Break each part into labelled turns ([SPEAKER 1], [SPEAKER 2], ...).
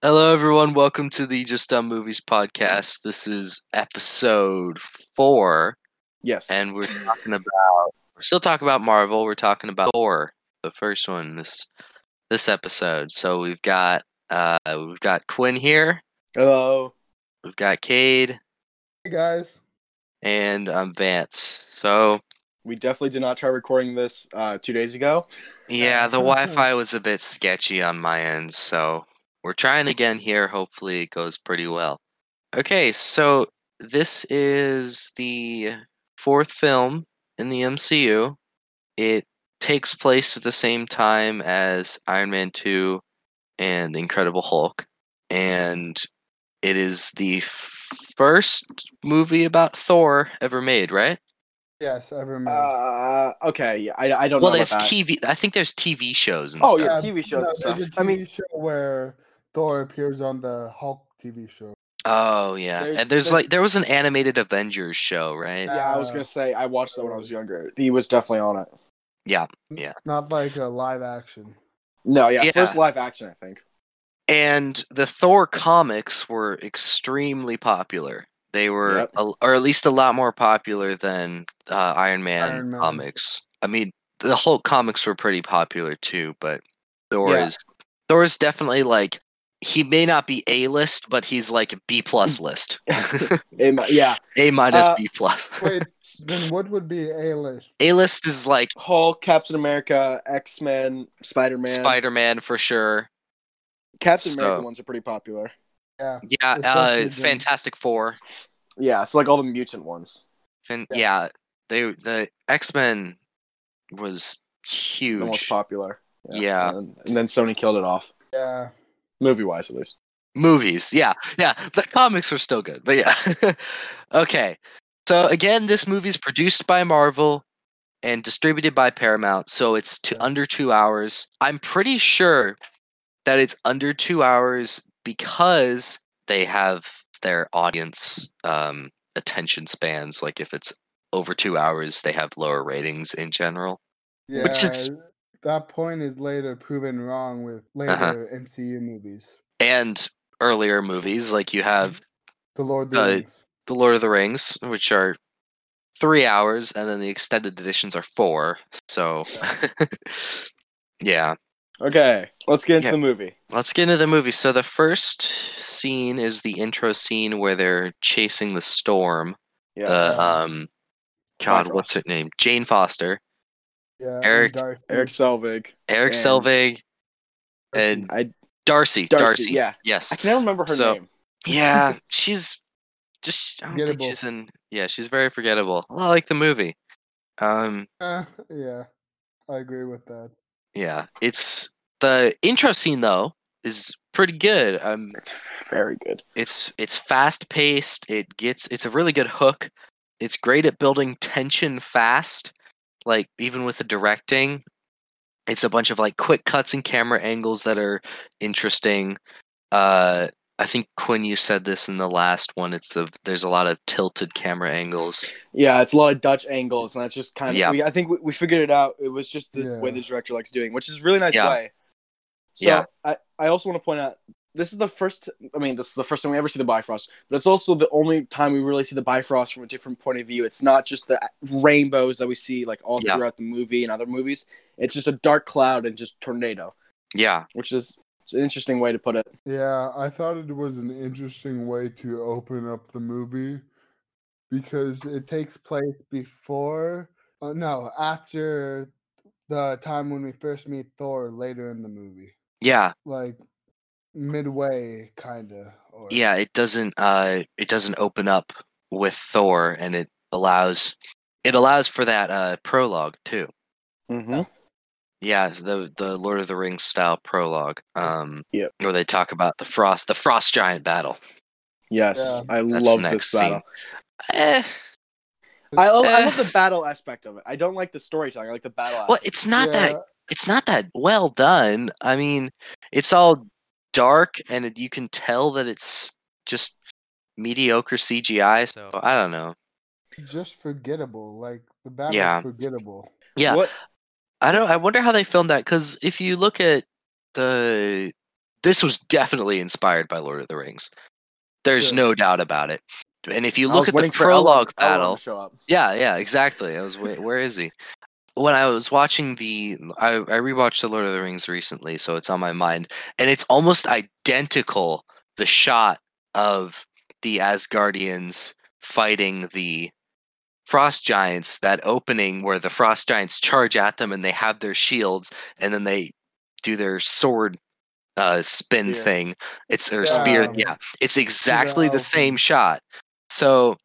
[SPEAKER 1] Hello, everyone. Welcome to the Just Dumb Movies podcast. This is episode four,
[SPEAKER 2] Yes.
[SPEAKER 1] and we're talking about we're still talking about Marvel. We're talking about Thor, the first one this this episode. So we've got uh we've got Quinn here,
[SPEAKER 2] Hello.
[SPEAKER 1] we've got Cade,
[SPEAKER 3] Hey guys,
[SPEAKER 1] and um, Vance. So
[SPEAKER 2] We definitely did not try recording this uh, two days ago.
[SPEAKER 1] yeah,
[SPEAKER 2] Mm-hmm.
[SPEAKER 1] the Wi-Fi was a bit sketchy on my end, so we're trying again here. Hopefully, it goes pretty well. Okay, so this is the fourth film in the MCU. It takes place at the same time as Iron Man 2 and Incredible Hulk. And it is the first movie about Thor ever made, right?
[SPEAKER 3] yes, I remember.
[SPEAKER 2] Uh, okay. yeah, I, I don't
[SPEAKER 1] Well,
[SPEAKER 2] know.
[SPEAKER 1] there's
[SPEAKER 2] about that.
[SPEAKER 1] TV. I think there's TV shows and
[SPEAKER 2] Oh,
[SPEAKER 1] stuff.
[SPEAKER 2] yeah, TV shows and stuff.
[SPEAKER 3] there's a
[SPEAKER 2] I
[SPEAKER 3] TV
[SPEAKER 2] mean-
[SPEAKER 3] show where Thor appears on the Hulk TV show.
[SPEAKER 1] Oh yeah,
[SPEAKER 2] There's-
[SPEAKER 1] and there's,
[SPEAKER 2] there's-
[SPEAKER 1] like there was an animated Avengers show, right?
[SPEAKER 2] Yeah, I was
[SPEAKER 3] Uh,
[SPEAKER 2] gonna say I watched that when I was younger. He was definitely on it.
[SPEAKER 1] Yeah.
[SPEAKER 3] Not like a live action.
[SPEAKER 2] No, yeah,
[SPEAKER 1] Yeah.
[SPEAKER 2] first live action, I think.
[SPEAKER 1] And the Thor comics were extremely popular. They were,
[SPEAKER 2] Yep.
[SPEAKER 1] a, or at least a lot more popular than uh, Iron, Man
[SPEAKER 3] Iron Man.
[SPEAKER 1] comics. I mean, the Hulk comics were pretty popular too, but Thor
[SPEAKER 2] Yeah.
[SPEAKER 1] is Thor is definitely like he may not be A list, but he's like B plus list,
[SPEAKER 2] It mi- yeah,
[SPEAKER 1] A minus
[SPEAKER 2] Mm. Uh,
[SPEAKER 1] B plus.
[SPEAKER 3] Wait, then what would be A list?
[SPEAKER 1] A list is like
[SPEAKER 2] Hulk, Captain America, X Men, Spider Man.
[SPEAKER 1] Spider Man for sure.
[SPEAKER 2] Captain
[SPEAKER 1] so-
[SPEAKER 2] America ones are pretty popular.
[SPEAKER 3] Yeah.
[SPEAKER 1] Yeah,
[SPEAKER 3] Especially
[SPEAKER 1] uh,
[SPEAKER 3] the-
[SPEAKER 1] Fantastic Four.
[SPEAKER 2] Yeah, so like all the mutant ones.
[SPEAKER 1] Fin-
[SPEAKER 3] Yeah.
[SPEAKER 1] yeah. they the X Men was
[SPEAKER 2] The most
[SPEAKER 1] huge
[SPEAKER 2] popular.
[SPEAKER 1] Yeah.
[SPEAKER 2] And, and then Sony killed it off,
[SPEAKER 3] Yeah.
[SPEAKER 2] movie wise at least.
[SPEAKER 1] movies. Yeah, yeah, the comics were still good, but yeah. okay, so again, this movie's produced by Marvel and distributed by Paramount, so it's to
[SPEAKER 3] Yeah.
[SPEAKER 1] under two hours. I'm pretty sure that it's under two hours because they have their audience um, attention spans. Like if it's over two hours, they have lower ratings in general.
[SPEAKER 3] Yeah.
[SPEAKER 1] Which is-
[SPEAKER 3] that point is later proven wrong with later
[SPEAKER 1] Uh-huh.
[SPEAKER 3] MCU movies.
[SPEAKER 1] and earlier movies like you have
[SPEAKER 3] The Lord of
[SPEAKER 1] Uh,
[SPEAKER 3] the Rings.
[SPEAKER 1] the
[SPEAKER 2] Mm-hmm.
[SPEAKER 1] lord of the rings which are three hours and then the extended editions are four so yeah
[SPEAKER 2] Okay, let's get into
[SPEAKER 1] Yeah.
[SPEAKER 2] the movie.
[SPEAKER 1] let's get into the movie so the first scene is the intro scene where they're chasing the storm
[SPEAKER 2] Yes.
[SPEAKER 1] the um god
[SPEAKER 2] Bifrost.
[SPEAKER 1] what's her name jane foster
[SPEAKER 3] Yeah. and
[SPEAKER 1] Eric-
[SPEAKER 3] Darcy.
[SPEAKER 2] Eric Selvig.
[SPEAKER 1] eric
[SPEAKER 2] And-
[SPEAKER 1] selvig
[SPEAKER 3] Darcy.
[SPEAKER 1] and
[SPEAKER 2] I
[SPEAKER 1] darcy darcy,
[SPEAKER 2] Darcy, yeah.
[SPEAKER 1] yes
[SPEAKER 2] I can never remember her
[SPEAKER 1] So-
[SPEAKER 2] name.
[SPEAKER 1] Yeah, she's just I don't think
[SPEAKER 3] Forgettable.
[SPEAKER 1] she's in yeah, she's very forgettable. Well, I like the movie. Um
[SPEAKER 3] Uh, yeah. I agree with that.
[SPEAKER 1] yeah, it's the intro scene though is pretty good. Um
[SPEAKER 2] It's very good.
[SPEAKER 1] it's it's fast paced, it gets it's a really good hook. It's great at building tension fast, like even with the directing. It's a bunch of like quick cuts and camera angles that are interesting. Uh I think Quinn, you said this in the last one. It's the there's a lot of tilted camera angles.
[SPEAKER 2] Yeah, it's a lot of Dutch angles, and that's just kind of.
[SPEAKER 1] Yeah.
[SPEAKER 2] We, I think we, we figured it out. It was just the
[SPEAKER 3] Yeah.
[SPEAKER 2] way the director likes doing, which is a really nice
[SPEAKER 1] Yeah.
[SPEAKER 2] way. So
[SPEAKER 1] Yeah.
[SPEAKER 2] I, I also want to point out this is the first. I mean, this is the first time we ever see the Bifrost, but it's also the only time we really see the Bifrost from a different point of view. It's not just the rainbows that we see like all
[SPEAKER 1] Yeah.
[SPEAKER 2] throughout the movie and other movies. It's just a dark cloud and just tornado,
[SPEAKER 1] Yeah,
[SPEAKER 2] which is it's an interesting way to put it.
[SPEAKER 3] Yeah, I thought it was an interesting way to open up the movie because it takes place before, uh, no, after the time when we first meet Thor later in the movie,
[SPEAKER 1] yeah,
[SPEAKER 3] like midway, kinda. Or,
[SPEAKER 1] yeah. It doesn't. Uh, it doesn't open up with Thor, and it allows it allows for that uh, prologue too.
[SPEAKER 2] Mm-hmm.
[SPEAKER 1] Yeah, it's the the Lord of the Rings style prologue. Um,
[SPEAKER 2] Yep.
[SPEAKER 1] Where they talk about the frost, the frost giant battle.
[SPEAKER 2] Yes, I
[SPEAKER 1] That's
[SPEAKER 2] love
[SPEAKER 1] the next
[SPEAKER 2] this battle.
[SPEAKER 1] scene. Eh,
[SPEAKER 2] I love, I love
[SPEAKER 1] Eh.
[SPEAKER 2] the battle aspect of it. I don't like the storytelling. I like the battle.
[SPEAKER 1] well,
[SPEAKER 2] aspect.
[SPEAKER 1] it's not that
[SPEAKER 3] Yeah,
[SPEAKER 1] it's not that well done. I mean, it's all dark, and it, you can tell that it's just mediocre CGI. So I don't know.
[SPEAKER 3] just forgettable. Like the battle's
[SPEAKER 1] Yeah.
[SPEAKER 3] forgettable.
[SPEAKER 1] Yeah.
[SPEAKER 2] What?
[SPEAKER 1] I don't. I wonder how they filmed that because if you look at the this was definitely inspired by Lord of the Rings. There's
[SPEAKER 3] Sure.
[SPEAKER 1] no doubt about it. And if you
[SPEAKER 2] I
[SPEAKER 1] look
[SPEAKER 2] was
[SPEAKER 1] at the
[SPEAKER 2] waiting for Elrond-
[SPEAKER 1] prologue
[SPEAKER 2] Elrond to
[SPEAKER 1] battle,
[SPEAKER 2] show up.
[SPEAKER 1] yeah, yeah, exactly. I was wait, where is he? When I was watching the, I, I rewatched the Lord of the Rings recently, so it's on my mind, and it's almost identical the shot of the Asgardians fighting the frost giants. That opening where the frost giants charge at them, and they have their shields, and then they do their sword uh, spin
[SPEAKER 2] Spear.
[SPEAKER 1] thing. It's or spear.
[SPEAKER 3] Um,
[SPEAKER 1] Yeah, it's exactly the
[SPEAKER 3] Elfin.
[SPEAKER 1] same shot. So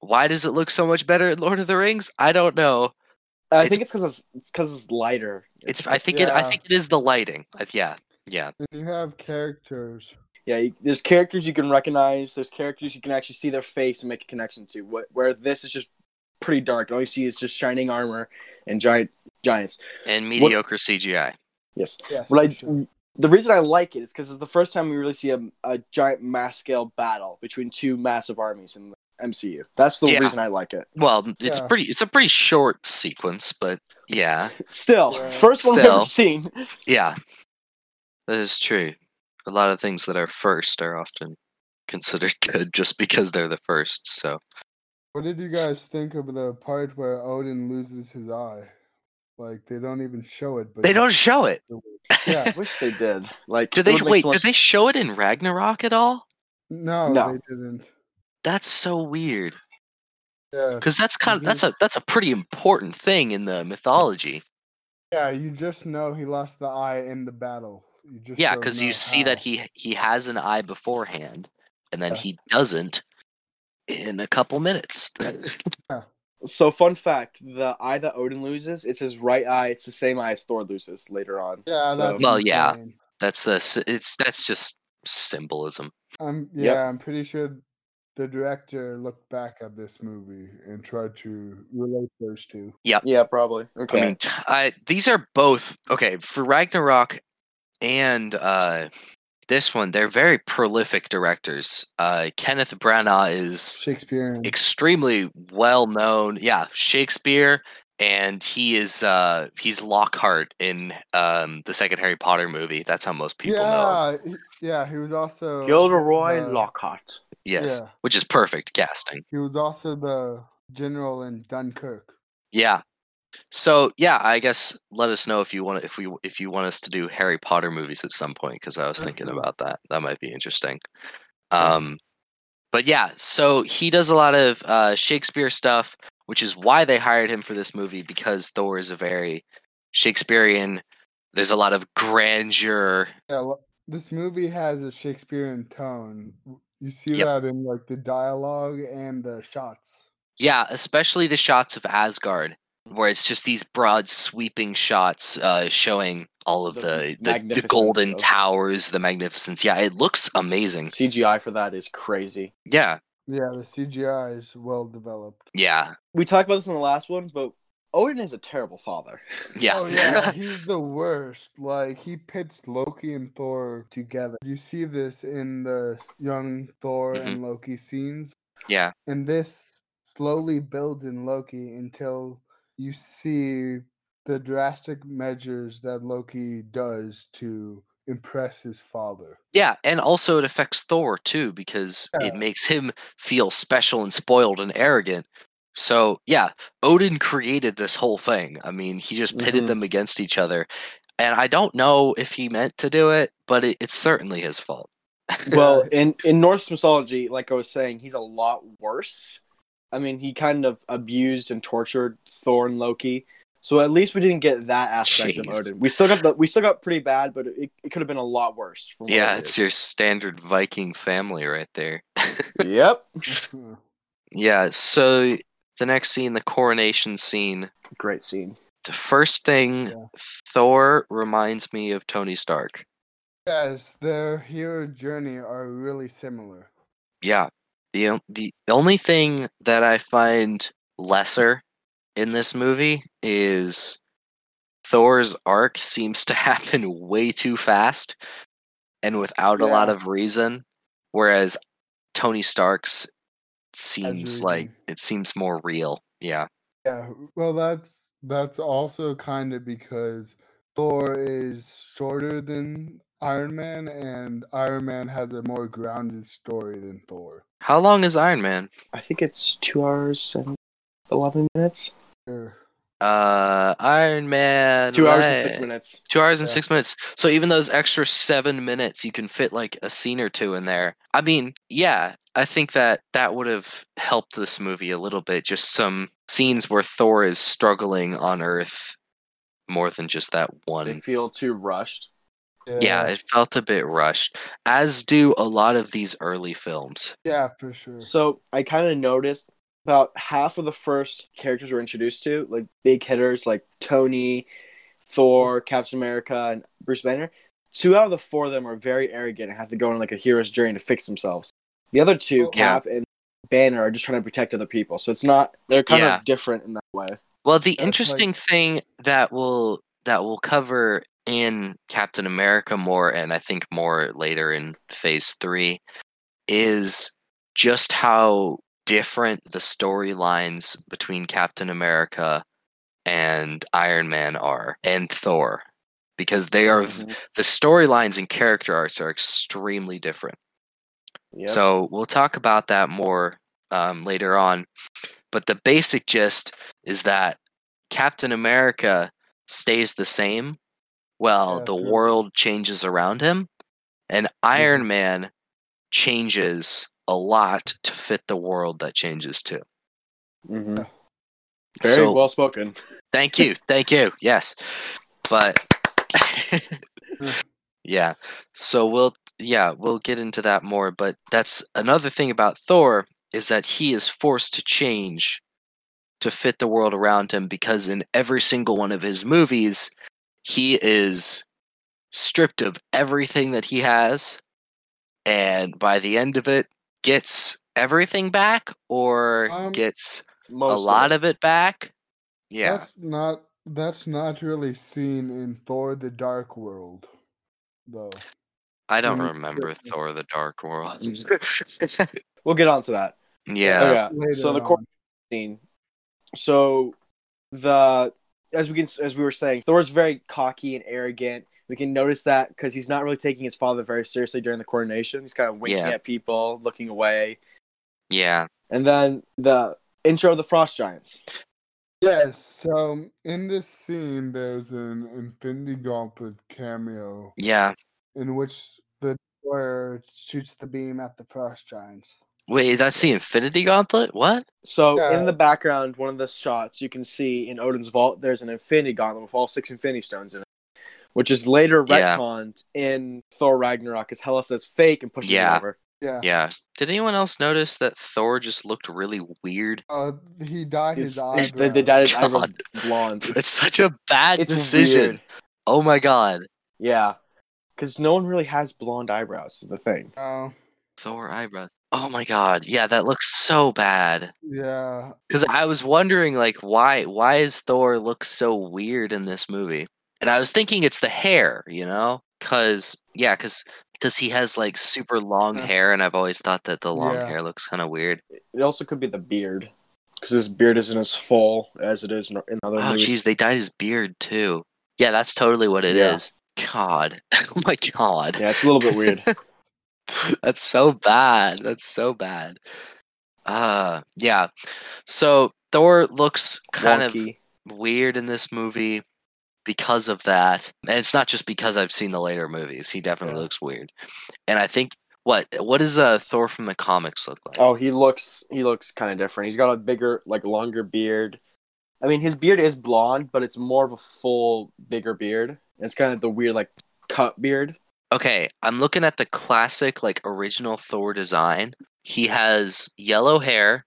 [SPEAKER 1] why does it look so much better in Lord of the Rings? I don't know.
[SPEAKER 2] Uh, I
[SPEAKER 1] It's-
[SPEAKER 2] think it's because it's because it's lighter.
[SPEAKER 1] It's I think it I
[SPEAKER 3] Yeah.
[SPEAKER 1] think it is the lighting. I- yeah. Yeah.
[SPEAKER 3] And you have characters.
[SPEAKER 2] yeah. You, there's characters you can recognize. There's characters you can actually see their face and make a connection to. What where this is just pretty dark. and All you see is just shining armor and giant giants.
[SPEAKER 1] And
[SPEAKER 2] What-
[SPEAKER 1] mediocre CGI.
[SPEAKER 2] Yes.
[SPEAKER 3] Yes,
[SPEAKER 2] Well, I,
[SPEAKER 3] for sure.
[SPEAKER 2] the reason I like it is because it's the first time we really see a, a giant mass scale battle between two massive armies in the MCU. That's the
[SPEAKER 1] Yeah.
[SPEAKER 2] reason I like it.
[SPEAKER 1] Well, m- it's
[SPEAKER 3] Yeah.
[SPEAKER 1] pretty it's a pretty short sequence, but yeah.
[SPEAKER 2] Still,
[SPEAKER 3] Yeah.
[SPEAKER 2] first one I've
[SPEAKER 1] Still.
[SPEAKER 2] ever seen.
[SPEAKER 1] Yeah. That is true. A lot of things that are first are often considered good just because they're the first. So
[SPEAKER 3] What did you guys think of the part where Odin loses his eye? Like they don't even show it, but
[SPEAKER 1] they
[SPEAKER 3] you
[SPEAKER 1] don't show it.
[SPEAKER 3] feel it. Yeah,
[SPEAKER 2] I wish they did. Like,
[SPEAKER 1] Do
[SPEAKER 2] it
[SPEAKER 1] they
[SPEAKER 2] would make
[SPEAKER 1] wait,
[SPEAKER 2] so
[SPEAKER 1] did
[SPEAKER 2] much-
[SPEAKER 1] they show it in Ragnarok at all?
[SPEAKER 3] no,
[SPEAKER 2] No.
[SPEAKER 3] they didn't.
[SPEAKER 1] That's so weird.
[SPEAKER 3] Yeah,
[SPEAKER 1] because that's kind of that's a that's a pretty important thing in the mythology.
[SPEAKER 3] yeah, you just know he lost the eye in the battle. You just
[SPEAKER 1] Yeah,
[SPEAKER 3] don't
[SPEAKER 1] because
[SPEAKER 3] know
[SPEAKER 1] you see that
[SPEAKER 3] how.
[SPEAKER 1] he he has an eye beforehand, and then
[SPEAKER 3] Yeah.
[SPEAKER 1] he doesn't in a couple minutes.
[SPEAKER 2] So, fun fact: the eye that Odin loses, it's his right eye. It's the same eye as Thor loses later on.
[SPEAKER 3] Yeah,
[SPEAKER 2] So-
[SPEAKER 3] that's
[SPEAKER 1] Well, yeah.
[SPEAKER 3] insane.
[SPEAKER 1] that's the s- it's that's just symbolism.
[SPEAKER 3] I'm yeah,
[SPEAKER 2] Yep.
[SPEAKER 3] I'm pretty sure the director looked back at this movie and tried to relate those two.
[SPEAKER 2] yeah, probably. Okay.
[SPEAKER 1] I mean, t- I, these are both okay for Ragnarok and uh, this one. They're very prolific directors. Uh, Kenneth Branagh is
[SPEAKER 3] Shakespearean.
[SPEAKER 1] extremely well known. Yeah, Shakespeare, and he is uh he's Lockhart in um the second Harry Potter movie. That's how most people know. Him.
[SPEAKER 3] yeah, he, yeah, he was also
[SPEAKER 2] Gilderoy
[SPEAKER 3] uh,
[SPEAKER 2] Lockhart.
[SPEAKER 1] Yes,
[SPEAKER 3] Yeah.
[SPEAKER 1] which is perfect casting.
[SPEAKER 3] He was also the general in Dunkirk.
[SPEAKER 1] Yeah. So yeah, I guess let us know if you want if we if you want us to do Harry Potter movies at some point because I was thinking
[SPEAKER 3] Definitely.
[SPEAKER 1] about that. That might be interesting. Um, but yeah, so he does a lot of uh, Shakespeare stuff, which is why they hired him for this movie because Thor is a very Shakespearean. There's a lot of grandeur.
[SPEAKER 3] Yeah, well, this movie has a Shakespearean tone. W- You see
[SPEAKER 1] Yep.
[SPEAKER 3] that in like the dialogue and the shots.
[SPEAKER 1] Yeah, especially the shots of Asgard, where it's just these broad sweeping shots uh, showing all of
[SPEAKER 2] The
[SPEAKER 1] the the, the,
[SPEAKER 2] magnificence
[SPEAKER 1] golden
[SPEAKER 2] of-
[SPEAKER 1] towers, the magnificence. Yeah, it looks amazing.
[SPEAKER 2] CGI for that is crazy.
[SPEAKER 1] Yeah,
[SPEAKER 3] Yeah, the CGI is well developed.
[SPEAKER 1] yeah,
[SPEAKER 2] We talked about this in the last one, but Odin is a terrible father.
[SPEAKER 1] yeah.
[SPEAKER 3] Oh yeah, he's the worst. Like he pits Loki and Thor together. You see this in the s- young Thor
[SPEAKER 1] Mhm.
[SPEAKER 3] and Loki scenes,
[SPEAKER 1] yeah.
[SPEAKER 3] and this slowly builds in Loki until you see the drastic measures that Loki does to impress his father.
[SPEAKER 1] Yeah, and also it affects Thor too because it makes him feel special and spoiled and arrogant. So, yeah, Odin created this whole thing. I mean, he just pitted
[SPEAKER 2] Mhm.
[SPEAKER 1] them against each other. And I don't know if he meant to do it, but it, it's certainly his fault.
[SPEAKER 2] well, in in Norse mythology, like I was saying, he's a lot worse. I mean, he kind of abused and tortured Thor and Loki. So at least we didn't get that aspect of
[SPEAKER 1] Jeez.
[SPEAKER 2] Odin. We still got the we still got pretty bad, but it, it could have been a lot worse. From what
[SPEAKER 1] Yeah,
[SPEAKER 2] it
[SPEAKER 1] it's
[SPEAKER 2] is.
[SPEAKER 1] your standard Viking family right there.
[SPEAKER 2] Yep.
[SPEAKER 3] Huh.
[SPEAKER 1] yeah, so the next scene, the coronation scene,
[SPEAKER 2] Great scene.
[SPEAKER 1] the first thing
[SPEAKER 3] Yeah.
[SPEAKER 1] Thor reminds me of Tony Stark.
[SPEAKER 3] Yes, their hero journey are really similar.
[SPEAKER 1] yeah the on- the only thing that I find lesser in this movie is Thor's arc seems to happen way too fast and without a lot
[SPEAKER 3] Yeah.
[SPEAKER 1] of reason, whereas Tony Stark's seems like
[SPEAKER 3] reason.
[SPEAKER 1] it seems more real. Yeah,
[SPEAKER 3] Yeah, well, that's that's also kind of because Thor is shorter than Iron Man, and Iron Man has a more grounded story than Thor.
[SPEAKER 1] How long is Iron Man?
[SPEAKER 2] I think it's two hours and eleven minutes.
[SPEAKER 3] Sure.
[SPEAKER 1] Uh, Iron Man.
[SPEAKER 2] Two hours and six
[SPEAKER 1] li-
[SPEAKER 2] minutes.
[SPEAKER 1] Two hours and
[SPEAKER 3] Yeah.
[SPEAKER 1] six minutes. So even those extra seven minutes, you can fit like a scene or two in there. I mean, yeah, I think that that would have helped this movie a little bit. Just some scenes where Thor is struggling on Earth more than just that
[SPEAKER 2] They
[SPEAKER 1] one.
[SPEAKER 2] feel too rushed.
[SPEAKER 3] uh
[SPEAKER 1] Yeah, it felt a bit rushed, as do a lot of these early films.
[SPEAKER 3] Yeah, for sure.
[SPEAKER 2] So I kind of noticed about half of the first characters we're introduced to, like big hitters like Tony, Thor, Captain America, and Bruce Banner. Two out of the four of them are very arrogant and have to go on like a hero's journey to fix themselves. The other two,
[SPEAKER 3] Oh.
[SPEAKER 2] Cap and Banner, are just trying to protect other people. So it's not they're kind
[SPEAKER 1] Yeah.
[SPEAKER 2] of different in that way.
[SPEAKER 1] Well, the
[SPEAKER 3] That's like-
[SPEAKER 1] interesting thing that will that will cover in Captain America more, and I think more later in Phase Three, is just how different the storylines between Captain America and Iron Man are, and Thor, because they are
[SPEAKER 3] Mm-hmm.
[SPEAKER 1] the storylines and character arcs are extremely different.
[SPEAKER 2] Yep.
[SPEAKER 1] So we'll talk about that more um, later on. But the basic gist is that Captain America stays the same. Well,
[SPEAKER 3] Yeah,
[SPEAKER 1] the
[SPEAKER 3] true.
[SPEAKER 1] world changes around him, and Iron Man changes a lot to fit the world that changes too.
[SPEAKER 2] Mhm. very
[SPEAKER 1] Very So-
[SPEAKER 2] well spoken.
[SPEAKER 1] Thank you. Thank you. Yes. But yeah. So we'll yeah, we'll get into that more, but that's another thing about Thor is that he is forced to change to fit the world around him because in every single one of his movies he is stripped of everything that he has and by the end of it gets everything back or
[SPEAKER 3] Um,
[SPEAKER 1] gets
[SPEAKER 2] Most
[SPEAKER 1] a lot of it back. Yeah.
[SPEAKER 3] That's not that's not really seen in Thor the Dark World though.
[SPEAKER 1] I don't
[SPEAKER 3] Mhm.
[SPEAKER 1] remember Thor the Dark World.
[SPEAKER 2] We'll get on to that.
[SPEAKER 1] yeah.
[SPEAKER 2] Okay. Uh, So
[SPEAKER 3] Later
[SPEAKER 2] the court
[SPEAKER 3] on.
[SPEAKER 2] scene. So the as we can as we were saying, Thor's very cocky and arrogant. We can notice that because he's not really taking his father very seriously during the coronation. He's kind of winking
[SPEAKER 1] Yeah.
[SPEAKER 2] at people, looking away,
[SPEAKER 1] Yeah.
[SPEAKER 2] and then the intro of the Frost Giants.
[SPEAKER 3] Yes, so in this scene there's an Infinity Gauntlet cameo
[SPEAKER 1] Yeah.
[SPEAKER 3] in which the Destroyer shoots the beam at the frost giants.
[SPEAKER 1] Wait, that's the
[SPEAKER 2] Yes.
[SPEAKER 1] Infinity Gauntlet? What?
[SPEAKER 2] So
[SPEAKER 3] Yeah.
[SPEAKER 2] in the background, one of the shots you can see in Odin's vault, there's an Infinity Gauntlet with all six Infinity Stones in it, which is later
[SPEAKER 1] Yeah.
[SPEAKER 2] retconned in Thor Ragnarok because Hela says fake and pushes
[SPEAKER 1] Yeah.
[SPEAKER 2] it over.
[SPEAKER 3] Yeah.
[SPEAKER 1] Yeah. Did anyone else notice that Thor just looked really weird?
[SPEAKER 3] Uh, he dyed his
[SPEAKER 2] It's,
[SPEAKER 3] eyebrows.
[SPEAKER 2] it's, the, the dyed his eyebrows
[SPEAKER 1] God.
[SPEAKER 2] blonde.
[SPEAKER 1] It's such a bad decision.
[SPEAKER 2] weird.
[SPEAKER 1] Oh my god.
[SPEAKER 2] Yeah, because no one really has blonde eyebrows. Is the thing.
[SPEAKER 3] Oh,
[SPEAKER 1] Thor eyebrows. Oh my god. Yeah, that looks so bad.
[SPEAKER 3] yeah.
[SPEAKER 1] Cuz I was wondering like why why is Thor look so weird in this movie? And I was thinking it's the hair, you know? Cuz yeah, cuz cuz he has like super long
[SPEAKER 2] Uh-huh.
[SPEAKER 3] Uh.
[SPEAKER 1] hair and I've always thought that the long
[SPEAKER 3] Yeah.
[SPEAKER 1] hair looks kind of weird.
[SPEAKER 2] It also could be the beard, because his beard isn't as full as it is in in other
[SPEAKER 1] Oh,
[SPEAKER 2] movies.
[SPEAKER 1] jeez, they dyed his beard too. Yeah, that's totally what it is.
[SPEAKER 2] Yeah.
[SPEAKER 1] God, oh my god,
[SPEAKER 2] Yeah, it's a little bit weird.
[SPEAKER 1] that's so bad. That's so bad. Uh, yeah. So Thor looks kind
[SPEAKER 2] Wonky.
[SPEAKER 1] of weird in this movie because of that, and it's not just because I've seen the later movies. He definitely
[SPEAKER 3] Yeah.
[SPEAKER 1] looks weird, and I think what what does uh, Thor from the comics look like?
[SPEAKER 2] Oh, he looks he looks kind of different. He's got a bigger, like longer beard. I mean, his beard is blonde, but it's more of a full, bigger beard. It's kind of the weird, like cut beard.
[SPEAKER 1] Okay, I'm looking at the classic, like original Thor design. He has yellow hair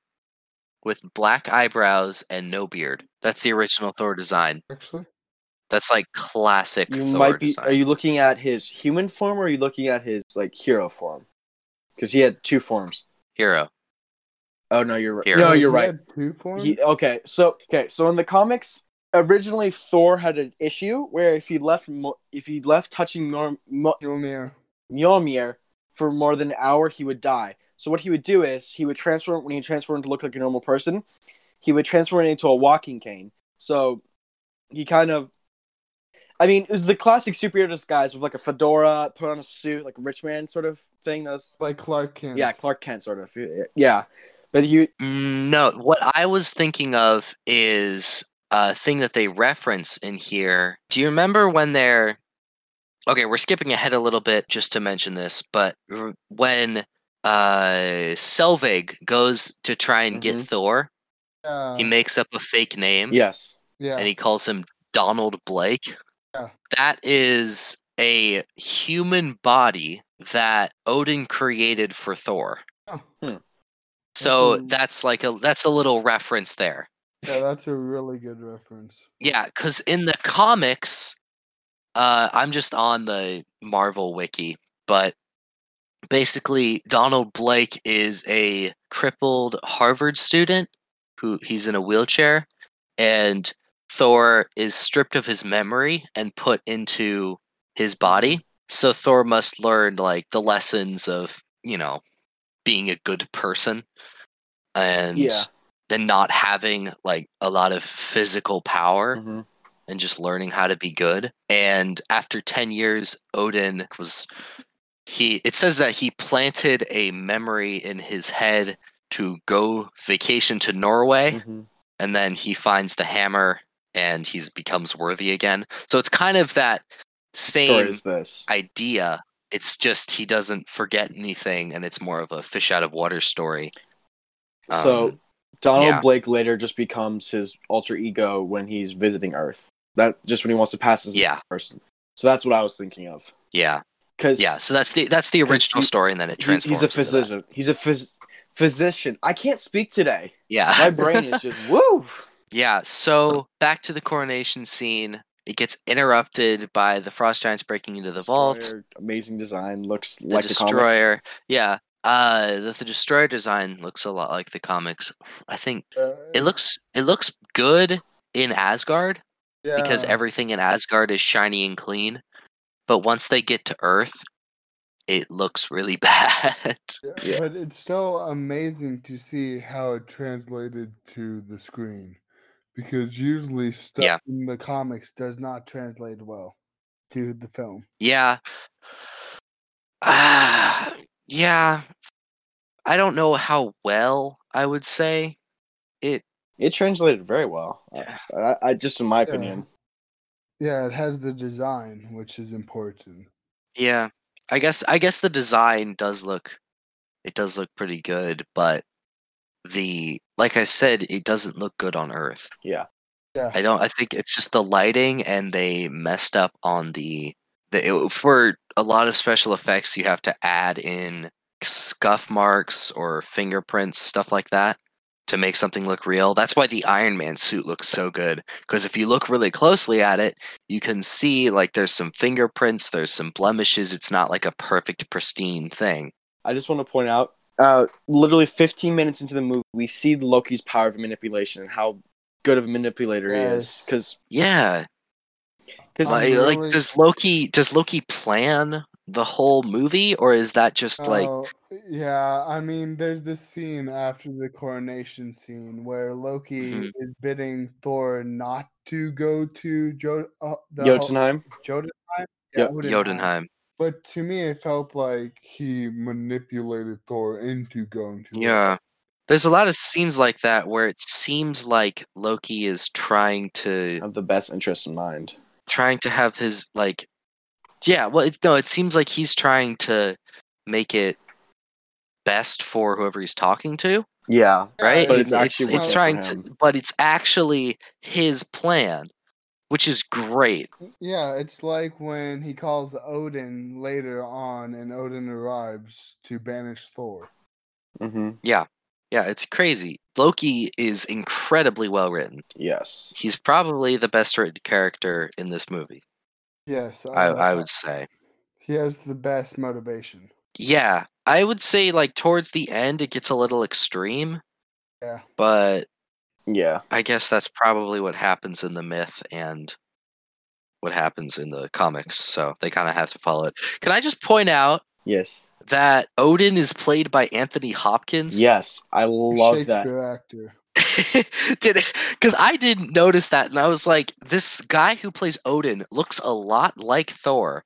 [SPEAKER 1] with black eyebrows and no beard. That's the original Thor design.
[SPEAKER 3] Actually,
[SPEAKER 1] That's like classic
[SPEAKER 2] You
[SPEAKER 1] Thor
[SPEAKER 2] might be.
[SPEAKER 1] design.
[SPEAKER 2] Are you looking at his human form, or are you looking at his like hero form? Because he had two forms.
[SPEAKER 1] Hero.
[SPEAKER 2] Oh no, you're right.
[SPEAKER 1] Hero.
[SPEAKER 2] No,
[SPEAKER 1] Oh,
[SPEAKER 2] you're
[SPEAKER 3] he
[SPEAKER 2] right.
[SPEAKER 3] had Two forms.
[SPEAKER 2] He, okay, so okay, so in the comics, originally Thor had an issue where if he left Mo- if he left touching Norm, Mo-
[SPEAKER 3] Mjolnir.
[SPEAKER 2] Mjolnir for more than an hour, he would die. So what he would do is he would transform when he transformed to look like a normal person, he would transform it into a walking cane. So he kind of I mean, it was the classic superhero disguise with like a fedora, put on a suit, like a rich man sort of thing. That's
[SPEAKER 3] Like Clark Kent.
[SPEAKER 2] yeah, Clark Kent sort of. Yeah, but you
[SPEAKER 1] Mm, No, what I was thinking of is a thing that they reference in here. Do you remember when they're. Okay, we're skipping ahead a little bit just to mention this, but r- when uh, Selvig goes to try and get
[SPEAKER 2] Mhm.
[SPEAKER 1] Thor,
[SPEAKER 3] Yeah.
[SPEAKER 1] he makes up a fake name
[SPEAKER 2] yes.
[SPEAKER 3] Mm-hmm. Uh. yeah.
[SPEAKER 1] and he calls him Donald Blake.
[SPEAKER 3] Yeah.
[SPEAKER 1] That is a human body that Odin created for Thor.
[SPEAKER 3] Oh.
[SPEAKER 2] Hmm.
[SPEAKER 1] So
[SPEAKER 3] That's a-
[SPEAKER 1] that's like a that's a little reference there.
[SPEAKER 3] yeah, that's a really good reference.
[SPEAKER 1] Yeah, because in the comics, uh, I'm just on the Marvel wiki, but basically, Donald Blake is a crippled Harvard student who he's in a wheelchair, and Thor is stripped of his memory and put into his body. So Thor must learn like the lessons of you know being a good person, and
[SPEAKER 2] Yeah.
[SPEAKER 1] then not having like a lot of physical power
[SPEAKER 2] Mhm.
[SPEAKER 1] and just learning how to be good. And after 10 years, Odin was he it says that he planted a memory in his head to go vacation to Norway
[SPEAKER 2] Mhm.
[SPEAKER 1] and then he finds the hammer and he's becomes worthy again. So it's kind of that
[SPEAKER 2] Story
[SPEAKER 1] same
[SPEAKER 2] is this.
[SPEAKER 1] idea. It's just he doesn't forget anything and it's more of a fish out of water story.
[SPEAKER 2] so
[SPEAKER 1] Um,
[SPEAKER 2] Donald
[SPEAKER 1] yeah.
[SPEAKER 2] Blake later just becomes his alter ego when he's visiting Earth. That just when he wants to pass as
[SPEAKER 1] Yeah.
[SPEAKER 2] a person. So that's what I was thinking of.
[SPEAKER 1] yeah.
[SPEAKER 2] Because
[SPEAKER 1] Yeah, so that's the that's the
[SPEAKER 2] 'cause
[SPEAKER 1] original
[SPEAKER 2] he-
[SPEAKER 1] story and then it transforms.
[SPEAKER 2] he's a
[SPEAKER 1] into that.
[SPEAKER 2] physician. He's a phys- physician. I can't speak today.
[SPEAKER 1] Yeah.
[SPEAKER 2] My brain is just woo.
[SPEAKER 1] Yeah, so back to the coronation scene. It gets interrupted by the Frost Giants breaking into the vault.
[SPEAKER 2] Destroyer, Amazing design. Looks
[SPEAKER 1] The
[SPEAKER 2] like the comics.
[SPEAKER 1] destroyer. yeah. Uh the, the destroyer design looks a lot like the comics. I think
[SPEAKER 3] Uh,
[SPEAKER 1] it looks it looks good in Asgard because
[SPEAKER 3] yeah.
[SPEAKER 1] everything in Asgard is shiny and clean. But once they get to Earth, it looks really bad.
[SPEAKER 3] Yeah,
[SPEAKER 2] Yeah.
[SPEAKER 3] But it's still amazing to see how it translated to the screen because usually stuff
[SPEAKER 1] Yeah.
[SPEAKER 3] in the comics does not translate well to the film.
[SPEAKER 1] Yeah. Ah, yeah. I don't know how well I would say it.
[SPEAKER 2] It translated very well.
[SPEAKER 1] Yeah.
[SPEAKER 2] I, I, I just in my opinion.
[SPEAKER 3] Yeah, it has the design, which is important.
[SPEAKER 1] Yeah. I guess I guess the design does look it does look pretty good, but the like I said, it doesn't look good on Earth.
[SPEAKER 3] Yeah.
[SPEAKER 1] I don't I think it's just the lighting and they messed up on the the it, for a lot of special effects you have to add in scuff marks or fingerprints stuff like that to make something look real. That's why the Iron Man suit looks so good because if you look really closely at it, you can see like there's some fingerprints, there's some blemishes. It's not like a perfect pristine thing.
[SPEAKER 2] I just want to point out, uh, literally 15 minutes into the movie, we see Loki's power of manipulation and how good of a manipulator he is.
[SPEAKER 3] Yes.
[SPEAKER 2] Because,
[SPEAKER 1] Yeah,
[SPEAKER 2] because
[SPEAKER 1] like, like,
[SPEAKER 3] really-
[SPEAKER 1] does Loki does Loki plan the whole movie or is that just like
[SPEAKER 3] Oh, yeah, I mean, there's this scene after the coronation scene where Loki
[SPEAKER 1] Mhm.
[SPEAKER 3] is bidding Thor not to go to jo- uh, the Hel-
[SPEAKER 2] Jotunheim,
[SPEAKER 3] Jotunheim?
[SPEAKER 2] Yep.
[SPEAKER 1] Jotunheim?
[SPEAKER 3] But to me, it felt like he manipulated Thor into going to. it.
[SPEAKER 1] Yeah. There's a lot of scenes like that where it seems like Loki is trying to
[SPEAKER 2] have the best interest in mind.
[SPEAKER 1] trying to have his like Yeah, well it, no, it seems like he's trying to make it best for whoever he's talking to,
[SPEAKER 2] Yeah.
[SPEAKER 1] right?
[SPEAKER 2] But
[SPEAKER 1] It-
[SPEAKER 2] it's actually
[SPEAKER 1] it's,
[SPEAKER 3] working for
[SPEAKER 1] trying to
[SPEAKER 2] him.
[SPEAKER 1] but it's actually his plan, which is great.
[SPEAKER 3] Um, Yeah, it's like when he calls Odin later on, and Odin arrives to banish Thor.
[SPEAKER 2] Mm-hmm.
[SPEAKER 1] Yeah, it's crazy. Loki is incredibly well written.
[SPEAKER 2] Yes.
[SPEAKER 1] He's probably the best written character in this movie.
[SPEAKER 3] Yes,
[SPEAKER 1] I,
[SPEAKER 2] Oh,
[SPEAKER 3] uh,
[SPEAKER 1] I would say.
[SPEAKER 3] He has the best motivation.
[SPEAKER 1] Yeah, I would say like towards the end it gets a little extreme,
[SPEAKER 3] Yeah.
[SPEAKER 1] but
[SPEAKER 2] Yeah.
[SPEAKER 1] I guess that's probably what happens in the myth and what happens in the comics, so they kind of have to follow it. Can I just point out
[SPEAKER 2] Yes.
[SPEAKER 1] that Odin is played by Anthony Hopkins?
[SPEAKER 2] Yes. I love that.
[SPEAKER 3] Shakespeare actor.
[SPEAKER 1] did because I didn't notice that, and I was like, this guy who plays Odin looks a lot like Thor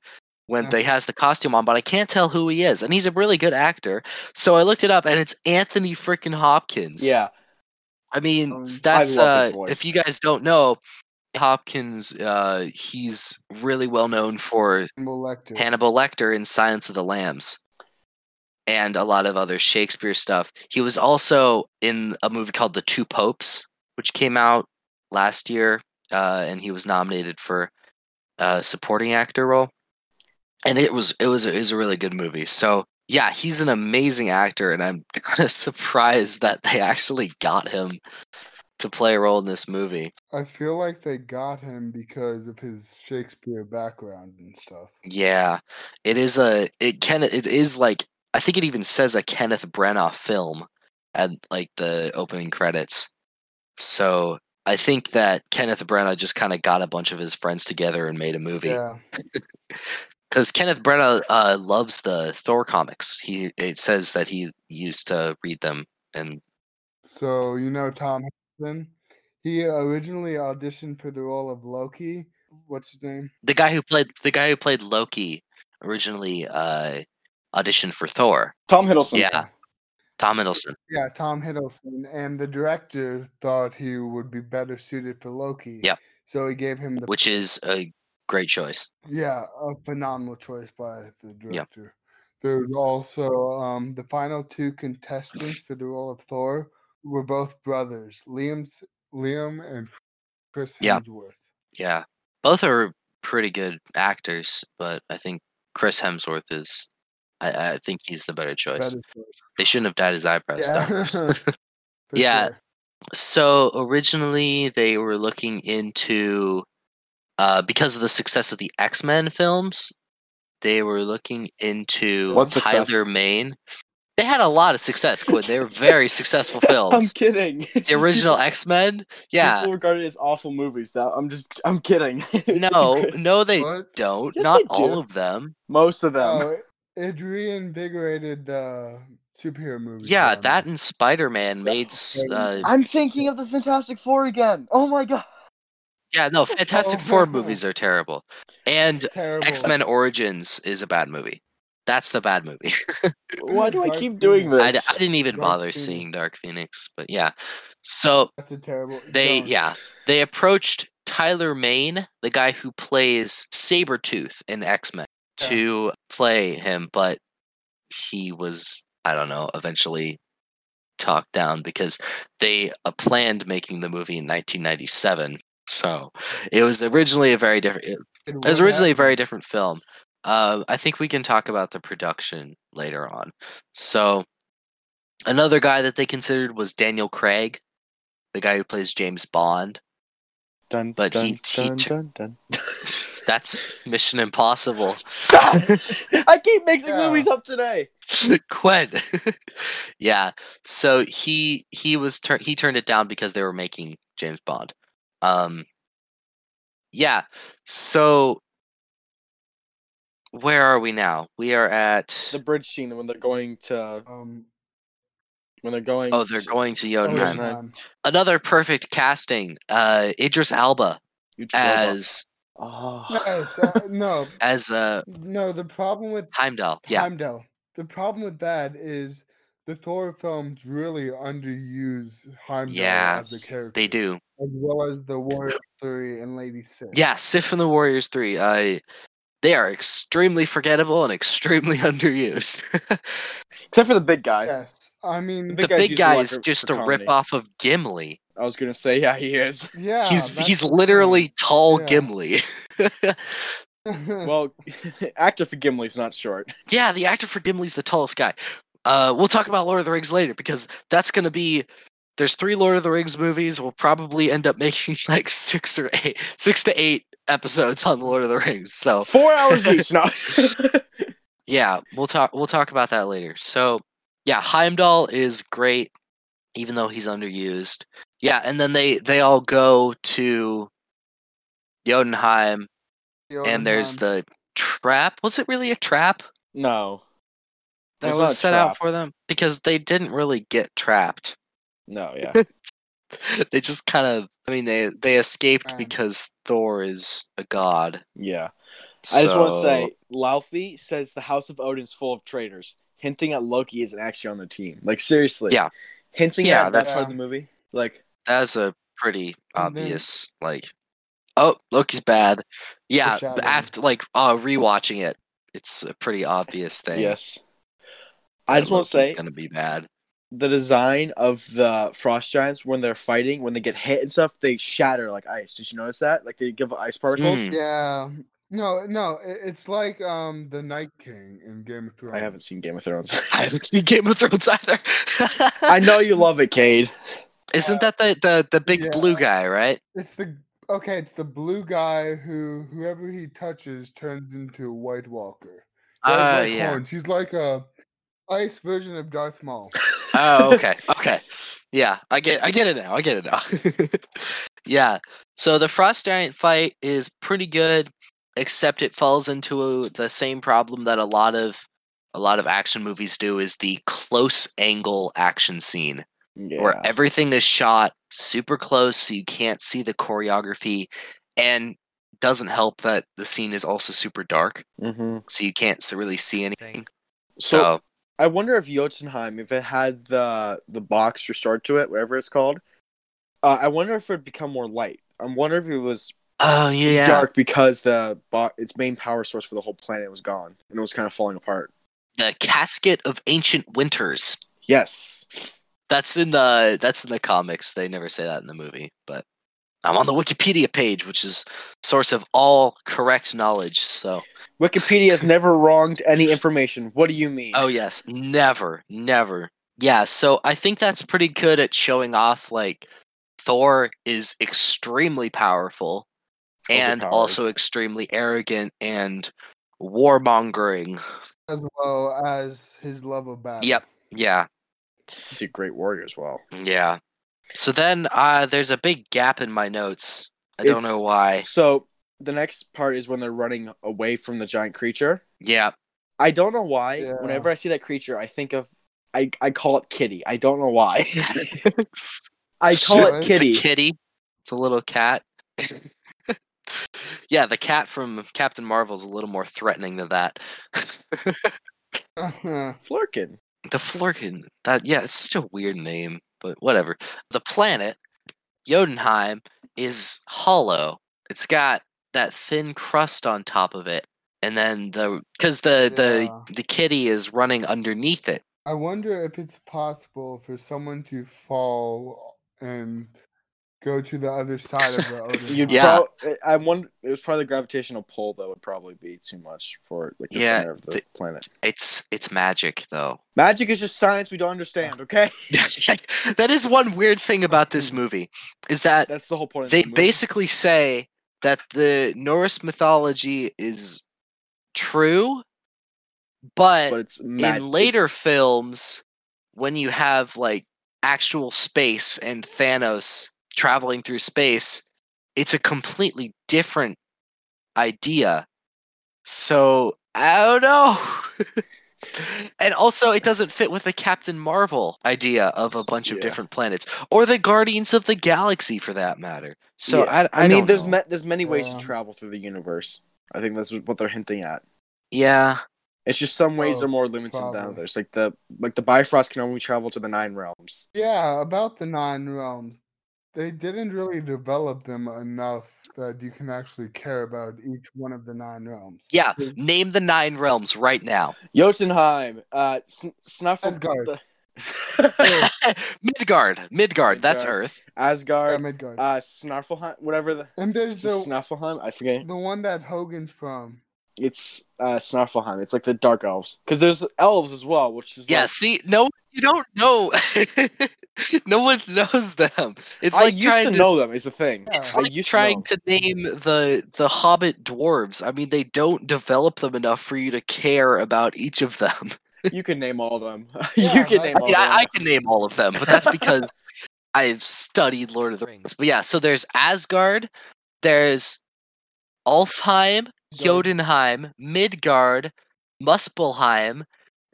[SPEAKER 1] when
[SPEAKER 3] Yeah.
[SPEAKER 1] they has the costume on, but I can't tell who he is, and he's a really good actor. So I looked it up, and it's Anthony freaking Hopkins.
[SPEAKER 2] Yeah.
[SPEAKER 1] I mean,
[SPEAKER 2] Um,
[SPEAKER 1] s- that's
[SPEAKER 2] I love his
[SPEAKER 1] uh, if you
[SPEAKER 2] voice.
[SPEAKER 1] guys don't know, Hopkins, uh, he's really well known for
[SPEAKER 3] Hannibal Lecter.
[SPEAKER 1] Hannibal Lecter in Silence of the Lambs and a lot of other Shakespeare stuff. He was also in a movie called The Two Popes, which came out last year, uh, and he was nominated for a supporting actor role. And it was it was it was a really good movie. So yeah, he's an amazing actor, and I'm kind of surprised that they actually got him to play a role in this movie.
[SPEAKER 3] I feel like they got him because of his Shakespeare background and stuff.
[SPEAKER 1] Yeah, it is a it can it is like I think it even says a Kenneth Branagh film at like the opening credits. So I think that Kenneth Branagh just kind of got a bunch of his friends together and made a movie
[SPEAKER 3] Yeah,
[SPEAKER 1] because Kenneth Branagh uh, loves the Thor comics. He it says that he used to read them and
[SPEAKER 3] So you know Tom Hiddleston, he originally auditioned for the role of Loki. What's his name?
[SPEAKER 1] the guy who played the guy who played Loki originally uh, auditioned for Thor.
[SPEAKER 2] Tom Hiddleston.
[SPEAKER 1] Yeah, Tom Hiddleston.
[SPEAKER 3] Yeah, Tom Hiddleston, and the director thought he would be better suited for Loki.
[SPEAKER 1] Yep.
[SPEAKER 3] So he gave him the
[SPEAKER 1] which is a great choice.
[SPEAKER 3] yeah a phenomenal choice by the director. There's also um, the final two contestants for the role of Thor were both brothers, Liam's Liam and Chris
[SPEAKER 1] Yeah.
[SPEAKER 3] Hemsworth.
[SPEAKER 1] Yeah. Both are pretty good actors, but I think Chris Hemsworth is I, I think he's the better choice.
[SPEAKER 3] Better choice.
[SPEAKER 1] They shouldn't have dyed his eyebrows though.
[SPEAKER 3] For
[SPEAKER 1] Yeah.
[SPEAKER 3] sure.
[SPEAKER 1] So originally they were looking into uh because of the success of the X-Men films, they were looking into
[SPEAKER 2] What success?
[SPEAKER 1] Tyler Maine. They had a lot of success, Quinn. They were very successful
[SPEAKER 2] I'm
[SPEAKER 1] films.
[SPEAKER 2] kidding.
[SPEAKER 1] The original X-Men? Yeah.
[SPEAKER 2] People regard it as awful movies. That I'm just. I'm kidding. It's a
[SPEAKER 1] No,
[SPEAKER 2] great-
[SPEAKER 1] no they
[SPEAKER 3] What?
[SPEAKER 1] don't.
[SPEAKER 2] Yes,
[SPEAKER 1] Not
[SPEAKER 2] they
[SPEAKER 1] all
[SPEAKER 2] do.
[SPEAKER 1] of them.
[SPEAKER 2] most of
[SPEAKER 1] um
[SPEAKER 2] them.
[SPEAKER 3] Oh, it reinvigorated the superhero movie.
[SPEAKER 1] Yeah, that and Spider Man made. s- Uh,
[SPEAKER 3] Spider-Man.
[SPEAKER 2] I'm thinking of the Fantastic Four again. Oh my god.
[SPEAKER 1] yeah, no, Fantastic Four
[SPEAKER 3] Oh.
[SPEAKER 1] movies are terrible, and X Men Origins is a bad movie. That's the bad movie.
[SPEAKER 2] Why do I
[SPEAKER 3] Dark
[SPEAKER 2] keep doing
[SPEAKER 1] I,
[SPEAKER 2] this?
[SPEAKER 1] d- I didn't even
[SPEAKER 3] Dark
[SPEAKER 1] bother
[SPEAKER 3] Phoenix.
[SPEAKER 1] seeing Dark Phoenix, but yeah. So
[SPEAKER 3] That's a terrible.
[SPEAKER 1] they,
[SPEAKER 3] John,
[SPEAKER 1] yeah, they approached Tyler Maine, the guy who plays Sabretooth in X Men,
[SPEAKER 3] Yeah.
[SPEAKER 1] to play him, but he was, I don't know, eventually talked down because they uh, planned making the movie in 1997. So it was originally a very different. It, it
[SPEAKER 3] it
[SPEAKER 1] was
[SPEAKER 3] would
[SPEAKER 1] originally a very
[SPEAKER 3] happen.
[SPEAKER 1] different film. Uh, I think we can talk about the production later on. So another guy that they considered was Daniel Craig, the guy who plays James Bond.
[SPEAKER 2] Dun,
[SPEAKER 1] But he- he took-
[SPEAKER 2] dun, dun.
[SPEAKER 1] That's Mission Impossible.
[SPEAKER 2] I keep mixing
[SPEAKER 3] Yeah.
[SPEAKER 2] movies up today.
[SPEAKER 1] Quinn. yeah. So he he was tur- he turned it down because they were making James Bond. Um Yeah. So where are we now? We are at
[SPEAKER 2] The bridge scene when they're going to
[SPEAKER 3] Um,
[SPEAKER 2] when they're going.
[SPEAKER 1] Oh, they're
[SPEAKER 2] to-
[SPEAKER 1] going to
[SPEAKER 3] oh,
[SPEAKER 1] Jotunheim.
[SPEAKER 2] Jotunheim.
[SPEAKER 3] Jotunheim.
[SPEAKER 1] Another perfect casting. Uh Idris Alba
[SPEAKER 2] You just
[SPEAKER 1] as
[SPEAKER 2] love- oh.
[SPEAKER 3] Yes, uh, no,
[SPEAKER 1] as uh
[SPEAKER 3] no. The problem with
[SPEAKER 1] Heimdall. Yeah.
[SPEAKER 3] Heimdall. The problem with that is the Thor films really underuse Heimdall
[SPEAKER 1] Yeah,
[SPEAKER 3] as a character.
[SPEAKER 1] They do.
[SPEAKER 3] as well as the Warrior Three and Lady Six.
[SPEAKER 1] Yeah, Sif and the Warriors 3. I they are extremely forgettable and extremely underused.
[SPEAKER 2] Except for the big guy.
[SPEAKER 3] Yes, I mean
[SPEAKER 1] the
[SPEAKER 2] guy's
[SPEAKER 1] big
[SPEAKER 2] used
[SPEAKER 1] guy
[SPEAKER 2] like
[SPEAKER 1] is
[SPEAKER 2] a-
[SPEAKER 1] just
[SPEAKER 2] for
[SPEAKER 1] a
[SPEAKER 2] comedy.
[SPEAKER 1] rip off of Gimli.
[SPEAKER 2] I was gonna say, yeah, he is.
[SPEAKER 3] yeah,
[SPEAKER 1] he's
[SPEAKER 3] that's
[SPEAKER 1] he's
[SPEAKER 3] the thing.
[SPEAKER 1] literally tall
[SPEAKER 3] Yeah.
[SPEAKER 1] Gimli.
[SPEAKER 2] Well, actor for Gimli's not short.
[SPEAKER 1] yeah, the actor for Gimli's the tallest guy. Uh, we'll talk about Lord of the Rings later because that's gonna be. There's three Lord of the Rings movies. We'll probably end up making like six or eight, six to eight episodes on Lord of the Rings. So
[SPEAKER 2] Four hours each. No.
[SPEAKER 1] yeah, we'll talk we'll talk about that later. So yeah, Heimdall is great, even though he's underused. Yeah, and then they they all go to Jotunheim, and there's
[SPEAKER 3] Jotunheim.
[SPEAKER 1] the trap. Was it really a trap
[SPEAKER 2] no.
[SPEAKER 1] that
[SPEAKER 2] It's
[SPEAKER 1] was
[SPEAKER 2] not a
[SPEAKER 1] set out
[SPEAKER 2] trap.
[SPEAKER 1] for them? Because they didn't really get trapped.
[SPEAKER 2] No. Yeah.
[SPEAKER 1] they just kind of. I mean, they they escaped
[SPEAKER 3] Um.
[SPEAKER 1] because Thor is a god.
[SPEAKER 2] Yeah. I just want to
[SPEAKER 1] so-
[SPEAKER 2] say, Laufey says the House of Odin's full of traitors, hinting at Loki isn't actually on the team. Like seriously.
[SPEAKER 1] Yeah.
[SPEAKER 2] Hinting
[SPEAKER 1] Yeah,
[SPEAKER 2] at that
[SPEAKER 3] that's-
[SPEAKER 2] part of the movie. Like
[SPEAKER 1] that's a pretty
[SPEAKER 2] Oh,
[SPEAKER 3] And then-
[SPEAKER 1] obvious like. Oh, Loki's bad. Yeah,
[SPEAKER 3] Foreshadowing.
[SPEAKER 1] but after like uh rewatching it, it's a pretty obvious thing.
[SPEAKER 2] yes. I
[SPEAKER 1] that
[SPEAKER 2] just want to
[SPEAKER 1] Loki's
[SPEAKER 2] say
[SPEAKER 1] gonna be bad.
[SPEAKER 2] the design of the frost giants when they're fighting, when they get hit and stuff, they shatter like ice. Did you notice that? Like they give ice particles.
[SPEAKER 1] Mm.
[SPEAKER 3] Yeah. No, no, it, it's like um the Night King in Game of Thrones.
[SPEAKER 2] I haven't seen Game of Thrones.
[SPEAKER 1] I haven't seen Game of Thrones either.
[SPEAKER 2] I know you love it, Cade.
[SPEAKER 1] Isn't that the the, the big
[SPEAKER 3] yeah.
[SPEAKER 1] blue guy, right?
[SPEAKER 3] It's the okay. It's the blue guy who whoever he touches turns into a White Walker. He has
[SPEAKER 1] Oh
[SPEAKER 3] like
[SPEAKER 1] yeah.
[SPEAKER 3] horns. He's like a ice version of Darth Maul.
[SPEAKER 1] Oh okay. Okay. Yeah, I get I get it now. I get it now. yeah. So the frost giant fight is pretty good, except it falls into uh, the same problem that a lot of a lot of action movies do is the close angle action scene.
[SPEAKER 2] Yeah.
[SPEAKER 1] where everything is shot super close so you can't see the choreography and doesn't help that the scene is also super dark
[SPEAKER 2] hmm
[SPEAKER 1] so you can't s- really see anything
[SPEAKER 2] So,
[SPEAKER 1] so
[SPEAKER 2] I wonder if Jotunheim, if it had the the box restored to it, whatever it's called, uh, I wonder if it'd become more light. I wonder if it was
[SPEAKER 1] oh yeah
[SPEAKER 2] dark because the bo- its main power source for the whole planet was gone and it was kind of falling apart.
[SPEAKER 1] the casket of ancient winters
[SPEAKER 2] Yes.
[SPEAKER 1] that's in the that's in the comics they never say that in the movie but i'm on the wikipedia page which is source of all correct knowledge so
[SPEAKER 2] Wikipedia has never wronged any information. What do you mean?
[SPEAKER 1] Oh yes, never, never. Yeah, so I think that's pretty good at showing off like Thor is extremely powerful and
[SPEAKER 2] Overpowered.
[SPEAKER 1] also extremely arrogant and warmongering.
[SPEAKER 3] as well as his love of battle.
[SPEAKER 1] Yep. Yeah,
[SPEAKER 2] He's a great warrior as well.
[SPEAKER 1] yeah. So then uh there's a big gap in my notes. I don't
[SPEAKER 2] It's-
[SPEAKER 1] know why.
[SPEAKER 2] So the next part is when they're running away from the giant creature.
[SPEAKER 1] Yeah.
[SPEAKER 2] I don't know why.
[SPEAKER 3] Yeah.
[SPEAKER 2] Whenever I see that creature, I think of I, I call it Kitty. I don't know why.
[SPEAKER 1] It's
[SPEAKER 2] I call it
[SPEAKER 3] Sure. It's a
[SPEAKER 1] a
[SPEAKER 2] Kitty.
[SPEAKER 1] kitty. It's a little cat. yeah, the cat from Captain Marvel's a little more threatening than that.
[SPEAKER 3] Uh-huh.
[SPEAKER 2] Flurkin.
[SPEAKER 1] the Flurkin. That yeah, it's such a weird name, but whatever. The planet Jotunheim is hollow. It's got that thin crust on top of it, and then the because the the the kitty is running underneath it.
[SPEAKER 3] I wonder if it's possible for someone to fall and go to the other side of the Odin.
[SPEAKER 2] You'd
[SPEAKER 3] House.
[SPEAKER 1] Yeah.
[SPEAKER 2] prob- I wonder. It was probably the gravitational pull that would probably be too much for like the
[SPEAKER 1] Yeah,
[SPEAKER 2] center of the
[SPEAKER 1] the-
[SPEAKER 2] planet.
[SPEAKER 1] It's it's magic though.
[SPEAKER 2] Magic is just science we don't understand. Okay,
[SPEAKER 1] that is one weird thing about this movie, is that
[SPEAKER 2] that's the whole point. Of
[SPEAKER 1] they
[SPEAKER 2] the movie.
[SPEAKER 1] basically say that the Norse mythology is true,
[SPEAKER 2] but it's magic.
[SPEAKER 1] in later films when you have like actual space and Thanos traveling through space, it's a completely different idea. So I don't know. and also it doesn't fit with the Captain Marvel idea of a bunch of
[SPEAKER 2] Yeah.
[SPEAKER 1] different planets or the Guardians of the Galaxy for that matter. So
[SPEAKER 2] Yeah.
[SPEAKER 1] I, I,
[SPEAKER 2] mean,
[SPEAKER 1] don't
[SPEAKER 2] there's
[SPEAKER 1] know.
[SPEAKER 2] ma- there's many ways to
[SPEAKER 3] Yeah.
[SPEAKER 2] travel through the universe. I think that's what they're hinting at.
[SPEAKER 1] yeah.
[SPEAKER 2] It's just some ways
[SPEAKER 3] Oh,
[SPEAKER 2] are more limited than
[SPEAKER 3] probably.
[SPEAKER 2] others. Like the like the Bifrost can only travel to the nine realms.
[SPEAKER 3] Yeah, about the nine realms. They didn't really develop them enough that you can actually care about each one of the nine realms.
[SPEAKER 1] Yeah.
[SPEAKER 3] Because
[SPEAKER 1] Name the nine realms right now.
[SPEAKER 2] Jotunheim, uh, Sn- Snuffle,
[SPEAKER 3] Asgard.
[SPEAKER 1] Midgard. Midgard. That's
[SPEAKER 2] Midgard.
[SPEAKER 1] Earth.
[SPEAKER 3] Yeah,
[SPEAKER 2] Asgard,
[SPEAKER 3] Midgard.
[SPEAKER 2] uh, Snarfleheim, whatever the
[SPEAKER 3] and there's
[SPEAKER 2] Is it
[SPEAKER 3] the,
[SPEAKER 2] Snuffleheim? I forget.
[SPEAKER 3] the one that Hogan's from.
[SPEAKER 2] It's uh, Snuffleheim. It's like the dark elves. Because there's elves as well, which is
[SPEAKER 1] Yeah,
[SPEAKER 2] like-
[SPEAKER 1] see, no, you don't know. no one knows them. It's
[SPEAKER 2] I
[SPEAKER 1] like
[SPEAKER 2] used
[SPEAKER 1] trying
[SPEAKER 2] to
[SPEAKER 1] to,
[SPEAKER 2] know them. Is the thing.
[SPEAKER 1] It's
[SPEAKER 2] I
[SPEAKER 1] like
[SPEAKER 2] used to
[SPEAKER 1] trying
[SPEAKER 2] know.
[SPEAKER 1] to, name the the Hobbit dwarves. I mean, they don't develop them enough for you to care about each of them.
[SPEAKER 2] You can name all of them. you
[SPEAKER 3] Yeah,
[SPEAKER 2] can
[SPEAKER 3] I-
[SPEAKER 2] name
[SPEAKER 1] I
[SPEAKER 2] all
[SPEAKER 1] mean, I, I
[SPEAKER 2] of
[SPEAKER 1] can name all of them, but that's because I've studied Lord of the Rings. But yeah, so there's Asgard, there's Alfheim,
[SPEAKER 3] Guard.
[SPEAKER 1] Jotunheim, Midgard, Muspelheim,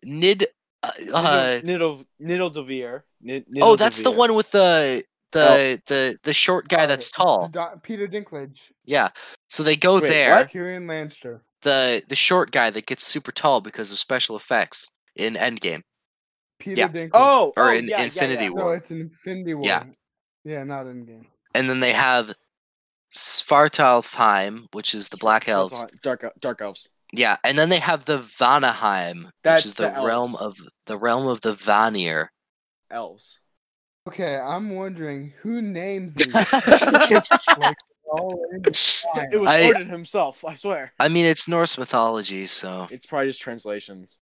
[SPEAKER 1] Nid. Uh, uh,
[SPEAKER 2] them. Niddle Niddle Devere. Nid-
[SPEAKER 1] Oh, that's the Oh, one with the the the the short guy that's tall.
[SPEAKER 3] Don- Peter Dinklage.
[SPEAKER 1] Yeah. So they go
[SPEAKER 2] Wait,
[SPEAKER 1] there.
[SPEAKER 2] what?
[SPEAKER 3] Tyrion Lannister.
[SPEAKER 1] The the short guy that gets super tall because of special effects in Endgame.
[SPEAKER 3] Peter
[SPEAKER 1] Yeah.
[SPEAKER 3] Dinklage.
[SPEAKER 2] Oh,
[SPEAKER 1] Or
[SPEAKER 2] oh,
[SPEAKER 1] in
[SPEAKER 2] yeah, yeah,
[SPEAKER 1] Infinity
[SPEAKER 2] yeah.
[SPEAKER 1] War.
[SPEAKER 3] No, it's an Infinity War.
[SPEAKER 1] Yeah.
[SPEAKER 3] Yeah, not in game.
[SPEAKER 1] And then they have Svartalfheim, which is the Black
[SPEAKER 2] So it's
[SPEAKER 1] Elves.
[SPEAKER 2] on- dark el- dark elves.
[SPEAKER 1] Yeah, and then they have the Vanaheim,
[SPEAKER 2] That's
[SPEAKER 1] which is the,
[SPEAKER 2] the
[SPEAKER 1] realm of the realm of the Vanir.
[SPEAKER 2] Elves.
[SPEAKER 3] Okay, I'm wondering who names these. all in line.
[SPEAKER 2] It was
[SPEAKER 1] I-
[SPEAKER 2] Odin himself. I swear.
[SPEAKER 1] I mean, it's Norse mythology, so
[SPEAKER 2] It's probably just translations.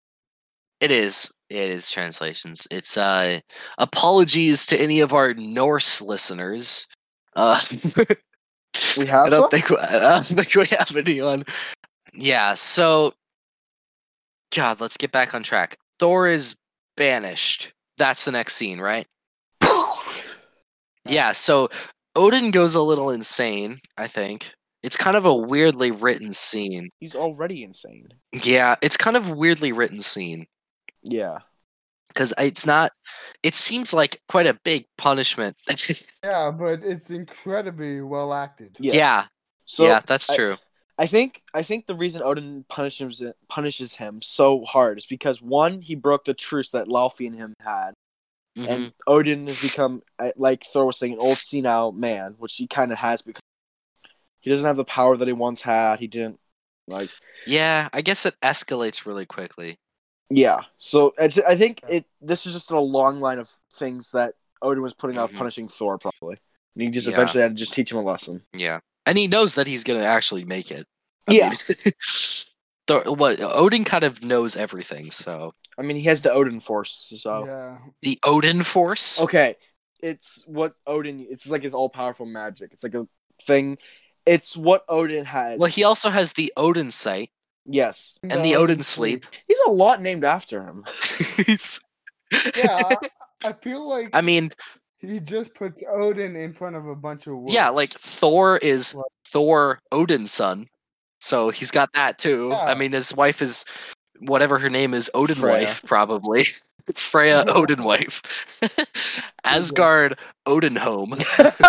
[SPEAKER 1] it is. It is translations. It's uh apologies to any of our Norse listeners. Uh
[SPEAKER 2] We have
[SPEAKER 1] I don't think we- I don't think we have anyone. Yeah, so God, let's get back on track. Thor is banished. That's the next scene, right? Yeah, so Odin goes a little insane, I think. It's kind of a weirdly written scene.
[SPEAKER 2] He's already insane.
[SPEAKER 1] Yeah, it's kind of weirdly written scene
[SPEAKER 2] Yeah.
[SPEAKER 1] because it's not. It seems like quite a big punishment. yeah,
[SPEAKER 3] yeah, but it's incredibly well acted.
[SPEAKER 2] Yeah.
[SPEAKER 1] yeah,
[SPEAKER 2] So
[SPEAKER 1] that's
[SPEAKER 2] I-
[SPEAKER 1] true.
[SPEAKER 2] I think I think the reason Odin punishes punishes him so hard is because one, he broke the truce that Laufey and him had,
[SPEAKER 1] Mhm.
[SPEAKER 2] and Odin has become I- like Thor was saying, an old senile man, which he kind of has become. He doesn't have the power that he once had. He didn't like
[SPEAKER 1] yeah, I guess it escalates really quickly.
[SPEAKER 2] Yeah. So it's, I think it. This is just a long line of things that Odin was putting out
[SPEAKER 1] Mhm.
[SPEAKER 2] punishing Thor probably. And he just
[SPEAKER 1] Yeah.
[SPEAKER 2] eventually had to just teach him a lesson.
[SPEAKER 1] Yeah, and he knows that he's gonna actually make it.
[SPEAKER 2] Yeah.
[SPEAKER 1] mean, Thor, what Odin kind of knows everything, so
[SPEAKER 2] I mean, he has the Odin force. So
[SPEAKER 3] Yeah.
[SPEAKER 1] the Odin Force.
[SPEAKER 2] okay, it's what Odin. It's like his all powerful magic. It's like a thing. It's what Odin has.
[SPEAKER 1] Well, he also has the Odin Sight
[SPEAKER 2] yes,
[SPEAKER 1] and the
[SPEAKER 3] No,
[SPEAKER 1] Odin
[SPEAKER 3] it's
[SPEAKER 1] Sleep.
[SPEAKER 2] he's a lot named after him.
[SPEAKER 1] He's-
[SPEAKER 3] weak. Yeah, I- I feel like
[SPEAKER 1] I mean,
[SPEAKER 3] he just puts Odin in front of a bunch of words.
[SPEAKER 1] yeah, like Thor is
[SPEAKER 3] Well-
[SPEAKER 1] Thor Odin's son, so he's got that too. I
[SPEAKER 3] Yeah.
[SPEAKER 1] mean, his wife is whatever her name is, Odin
[SPEAKER 2] Freya.
[SPEAKER 1] wife probably. Freya
[SPEAKER 3] Yeah.
[SPEAKER 1] Odin wife, Asgard Odin home.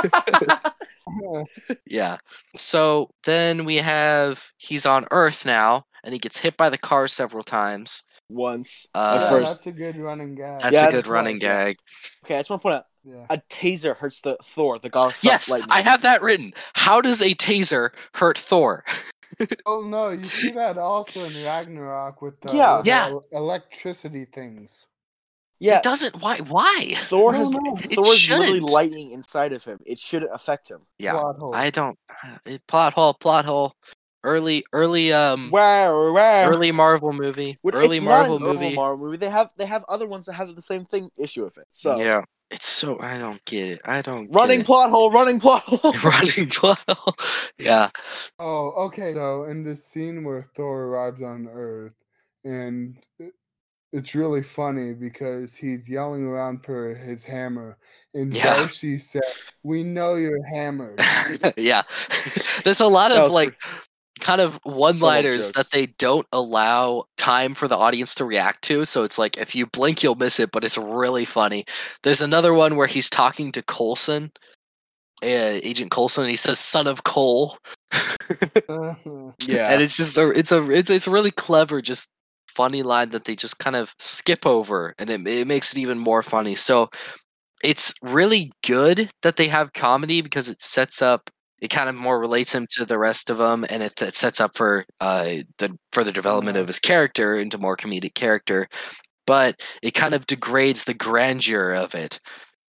[SPEAKER 3] Yeah,
[SPEAKER 1] Yeah. So then we have he's on Earth now, and he gets hit by the car several times.
[SPEAKER 2] Once
[SPEAKER 1] Uh,
[SPEAKER 2] at first,
[SPEAKER 3] that's a good running guy.
[SPEAKER 1] That's
[SPEAKER 2] Yeah,
[SPEAKER 1] a good
[SPEAKER 2] that's
[SPEAKER 1] running gag.
[SPEAKER 2] okay. I just want to point out
[SPEAKER 3] Yeah.
[SPEAKER 2] a taser hurts the Thor, the god of th-
[SPEAKER 1] Yes,
[SPEAKER 2] lightning.
[SPEAKER 1] I have that written. How does a taser hurt Thor?
[SPEAKER 3] Oh no, you see that also in Ragnarok with the,
[SPEAKER 2] Yeah.
[SPEAKER 3] with the
[SPEAKER 1] Yeah.
[SPEAKER 3] el- electricity things.
[SPEAKER 2] yeah,
[SPEAKER 1] It doesn't. Why? Why?
[SPEAKER 2] Thor
[SPEAKER 3] No,
[SPEAKER 2] has
[SPEAKER 3] no.
[SPEAKER 1] It
[SPEAKER 2] Thor's literally
[SPEAKER 1] shouldn't.
[SPEAKER 2] lightning inside of him. It shouldn't affect him.
[SPEAKER 1] Yeah,
[SPEAKER 3] Plot hole.
[SPEAKER 1] I don't. It, plot hole. Plot hole. Early. Early. Um.
[SPEAKER 2] Wow, wow.
[SPEAKER 1] Early Marvel movie.
[SPEAKER 2] Which-
[SPEAKER 1] early
[SPEAKER 2] it's
[SPEAKER 1] Marvel
[SPEAKER 2] not an
[SPEAKER 1] movie.
[SPEAKER 2] Marvel Marvel movie. They have they have other ones that have the same thing issue with it. So
[SPEAKER 1] Yeah. It's so. I don't get it. I don't. get
[SPEAKER 2] running
[SPEAKER 1] it.
[SPEAKER 2] plot hole, running plot hole.
[SPEAKER 1] running plot hole. Yeah.
[SPEAKER 3] Oh, okay. So in this scene where Thor arrives on Earth, and it- it's really funny because he's yelling around for his hammer, and
[SPEAKER 1] Yeah.
[SPEAKER 3] Darcy said, "We know you're hammered."
[SPEAKER 1] yeah. There's a lot
[SPEAKER 2] That
[SPEAKER 1] of
[SPEAKER 2] was
[SPEAKER 1] like kind of one liners that
[SPEAKER 2] jokes.
[SPEAKER 1] they don't allow time for the audience to react to. So it's like if you blink, you'll miss it, but it's really funny. There's another one where he's talking to Colson, uh, Agent Colson, and he says, "Son of Cole,"
[SPEAKER 3] Uh-huh.
[SPEAKER 2] yeah.
[SPEAKER 1] and it's just a, it's a, it's, it's a really clever, just funny line that they just kind of skip over, and it it makes it even more funny. So it's really good that they have comedy because it sets up it kind of more relates him to the rest of them and it, it sets up for uh the further development of his character into more comedic character but it kind of degrades the grandeur of it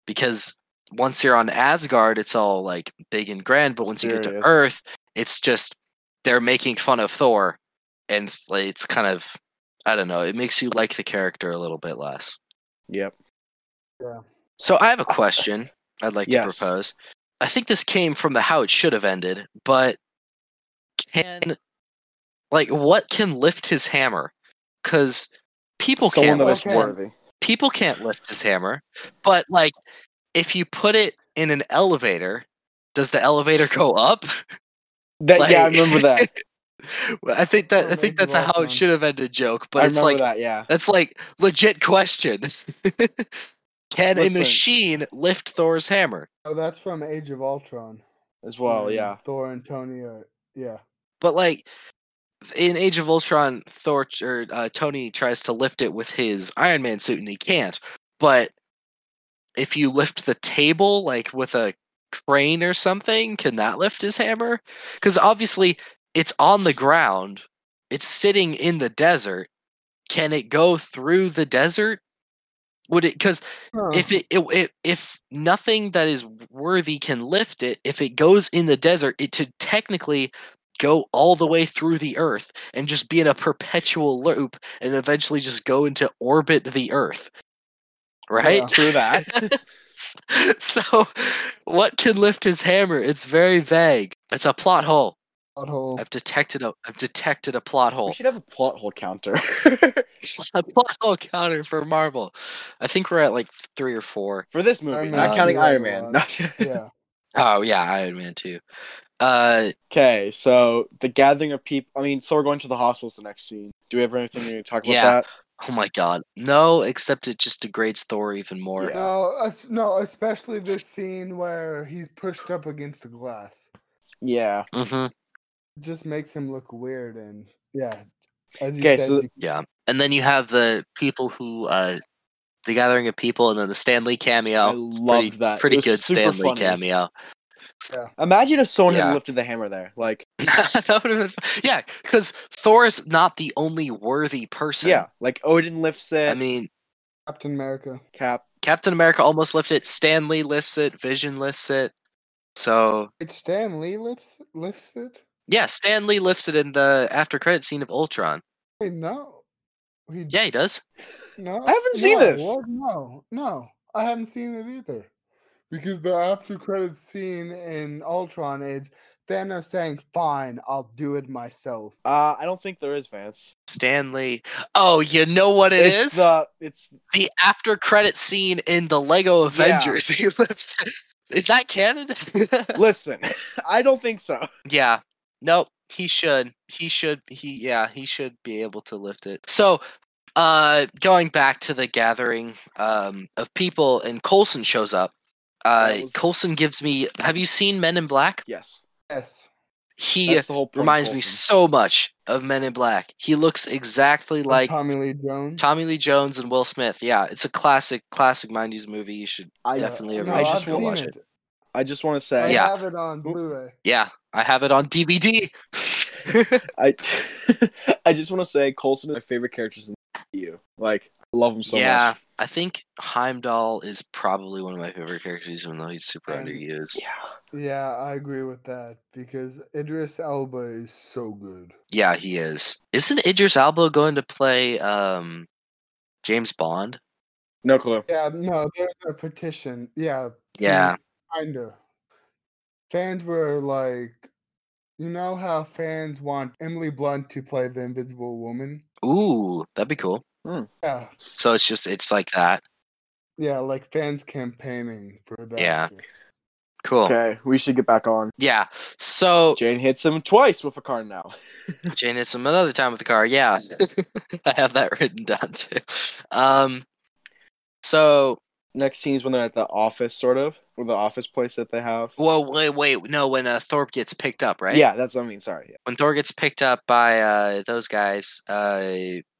[SPEAKER 1] because once you're on asgard it's all like big and grand but once you get
[SPEAKER 2] Serious.
[SPEAKER 1] to earth it's just they're making fun of thor and like, it's kind of i don't know it makes you like the character a little bit less
[SPEAKER 2] yep.
[SPEAKER 1] so I have a question I'd like
[SPEAKER 2] Yes.
[SPEAKER 1] to propose. I think this came from the how it should have ended, but can like what can lift his hammer? Cuz people
[SPEAKER 2] Someone
[SPEAKER 1] can't
[SPEAKER 2] that is
[SPEAKER 1] lift
[SPEAKER 3] okay.
[SPEAKER 1] one.
[SPEAKER 2] worthy.
[SPEAKER 1] People can't lift his hammer, but like if you put it in an elevator, does the elevator go up?
[SPEAKER 2] That yeah, I
[SPEAKER 1] Like-
[SPEAKER 2] remember that.
[SPEAKER 1] Well, I think that
[SPEAKER 3] Oh,
[SPEAKER 1] I think
[SPEAKER 3] maybe
[SPEAKER 1] that's a
[SPEAKER 3] that's
[SPEAKER 1] how
[SPEAKER 3] one.
[SPEAKER 1] it should have ended joke, but
[SPEAKER 2] I
[SPEAKER 1] it's
[SPEAKER 2] remember
[SPEAKER 1] like
[SPEAKER 2] that. Yeah.
[SPEAKER 1] that's like legit question. Can
[SPEAKER 2] Listen.
[SPEAKER 1] a machine lift Thor's hammer?
[SPEAKER 3] Oh, that's from Age of Ultron.
[SPEAKER 2] as well.
[SPEAKER 1] Mm.
[SPEAKER 3] when
[SPEAKER 2] Yeah,
[SPEAKER 3] Thor and Tony are yeah.
[SPEAKER 1] But like in Age of Ultron, Thor or uh, Tony tries to lift it with his Iron Man suit and he can't. But if you lift the table like with a crane or something, can that lift his hammer? Because obviously it's on the ground, it's sitting in the desert. Can it go through the desert? Would it? Because
[SPEAKER 3] Uh-huh.
[SPEAKER 1] if it, it, it if nothing that is worthy can lift it if it goes in the desert it should technically go all the way through the earth and just be in a perpetual loop and eventually just go into orbit the earth right
[SPEAKER 2] through that.
[SPEAKER 1] so what can lift his hammer it's very vague it's a plot hole
[SPEAKER 3] Butthole.
[SPEAKER 1] i've detected a i've detected a plot
[SPEAKER 2] We
[SPEAKER 1] hole
[SPEAKER 2] should have a plot hole counter.
[SPEAKER 1] a plot hole counter for marvel i think we're at like three or four
[SPEAKER 2] For this movie,
[SPEAKER 3] Iron
[SPEAKER 2] not
[SPEAKER 1] Man.
[SPEAKER 2] counting
[SPEAKER 3] Yeah,
[SPEAKER 2] Iron
[SPEAKER 3] yeah.
[SPEAKER 2] Man.
[SPEAKER 3] yeah.
[SPEAKER 1] Oh yeah, Iron Man too. Uh,
[SPEAKER 2] Okay, so the gathering of people. I mean, Thor going to the hospital is the next scene. Do we have anything we need to talk about
[SPEAKER 1] Yeah.
[SPEAKER 2] that?
[SPEAKER 1] oh my God, no! Except it just degrades Thor even more.
[SPEAKER 2] Yeah.
[SPEAKER 3] No, es- no, especially this scene where he's pushed up against the glass.
[SPEAKER 2] Yeah.
[SPEAKER 1] hmm
[SPEAKER 3] It just makes him look weird and yeah. As you
[SPEAKER 2] Okay,
[SPEAKER 3] said,
[SPEAKER 2] so-
[SPEAKER 3] you-
[SPEAKER 1] Yeah, and then you have the people who, uh, the gathering of people, and then the Stanley cameo.
[SPEAKER 2] I
[SPEAKER 1] It's
[SPEAKER 2] loved
[SPEAKER 1] pretty,
[SPEAKER 2] that. It
[SPEAKER 1] Pretty
[SPEAKER 2] was
[SPEAKER 1] good
[SPEAKER 2] super
[SPEAKER 1] Stanley
[SPEAKER 2] funny.
[SPEAKER 1] cameo.
[SPEAKER 2] Imagine if someone
[SPEAKER 1] Yeah.
[SPEAKER 2] had lifted the hammer there. Like,
[SPEAKER 1] that would have been, yeah, because Thor is not the only worthy person.
[SPEAKER 2] yeah, like Odin lifts it.
[SPEAKER 1] I mean,
[SPEAKER 3] Captain America.
[SPEAKER 2] Cap.
[SPEAKER 1] Captain America almost lifted it. Stanley lifts it. Vision lifts it. So
[SPEAKER 3] It's Stan Lee lifts lifts it.
[SPEAKER 1] yeah, Stanley lifts it in the after credit scene of Ultron.
[SPEAKER 3] Wait, no. He
[SPEAKER 1] Yeah, he does.
[SPEAKER 3] No,
[SPEAKER 2] I haven't seen
[SPEAKER 3] no,
[SPEAKER 2] this.
[SPEAKER 3] what? No, no, I haven't seen it either. Because the after credit scene in Ultron is Thanos saying, "Fine, I'll do it myself."
[SPEAKER 2] Uh, I don't think there is Vance.
[SPEAKER 1] Stanley. Oh, you know what it
[SPEAKER 2] it's
[SPEAKER 1] is? The,
[SPEAKER 2] the it's
[SPEAKER 1] after credit scene in the Lego
[SPEAKER 2] Yeah.
[SPEAKER 1] Avengers. He lives. Is that canon?
[SPEAKER 2] listen. I don't think so.
[SPEAKER 1] yeah. Nope. He should. He should. He yeah. He should be able to lift it. So, uh, going back to the gathering um of people, and Colson shows up. Uh,
[SPEAKER 2] That was-
[SPEAKER 1] Colson gives me. Have you seen Men in Black?
[SPEAKER 2] Yes,
[SPEAKER 3] Yes,
[SPEAKER 1] He
[SPEAKER 2] that's the whole point of
[SPEAKER 1] reminds me
[SPEAKER 2] Coulson.
[SPEAKER 1] so much of Men in Black. He looks exactly
[SPEAKER 3] from
[SPEAKER 1] like
[SPEAKER 3] Tommy Lee Jones.
[SPEAKER 1] Tommy Lee Jones and Will Smith. Yeah, it's a classic, classic '90s movie. You should.
[SPEAKER 2] I
[SPEAKER 1] Def- definitely
[SPEAKER 3] no,
[SPEAKER 2] I
[SPEAKER 3] I've
[SPEAKER 2] just
[SPEAKER 1] wanna
[SPEAKER 3] seen
[SPEAKER 1] watch it.
[SPEAKER 2] I just want to
[SPEAKER 3] I
[SPEAKER 2] say
[SPEAKER 1] Yeah.
[SPEAKER 3] have it on
[SPEAKER 2] Oop.
[SPEAKER 3] Blu-ray.
[SPEAKER 1] Yeah, I have it on DVD.
[SPEAKER 2] I I just want to say Colson is my favorite characters in you. Like I love him so
[SPEAKER 1] yeah,
[SPEAKER 2] much.
[SPEAKER 1] I think Heimdall is probably one of my favorite characters, even though he's super
[SPEAKER 2] Um,
[SPEAKER 3] And-
[SPEAKER 1] underused.
[SPEAKER 2] Yeah.
[SPEAKER 3] Yeah, I agree with that because Idris Elba is so good.
[SPEAKER 1] Yeah, he is. Isn't Idris Elba going to play um, James Bond?
[SPEAKER 2] No clue.
[SPEAKER 3] Yeah, no, there's a petition. Yeah,
[SPEAKER 1] Yeah,
[SPEAKER 3] Kinda. Fans were like, you know how fans want Emily Blunt to play the Invisible Woman?
[SPEAKER 2] Mm-hmm.
[SPEAKER 1] ooh, that'd be cool.
[SPEAKER 3] Yeah,
[SPEAKER 1] So it's just it's like that.
[SPEAKER 3] yeah, like fans campaigning for that.
[SPEAKER 1] Yeah. Cool.
[SPEAKER 2] Okay, we should get back on.
[SPEAKER 1] Yeah. So
[SPEAKER 2] Jane hits him twice with a car now.
[SPEAKER 1] Jane hits him another time with the car. Yeah, I have that written down too. Um, so
[SPEAKER 2] Next scene is when they're at the office, sort of, or the office place that they have.
[SPEAKER 1] well, wait, wait, no, when uh, Thorpe gets picked up, right?
[SPEAKER 2] Yeah, that's what I mean. Sorry. Yeah.
[SPEAKER 1] When Thor gets picked up by uh, those guys, uh,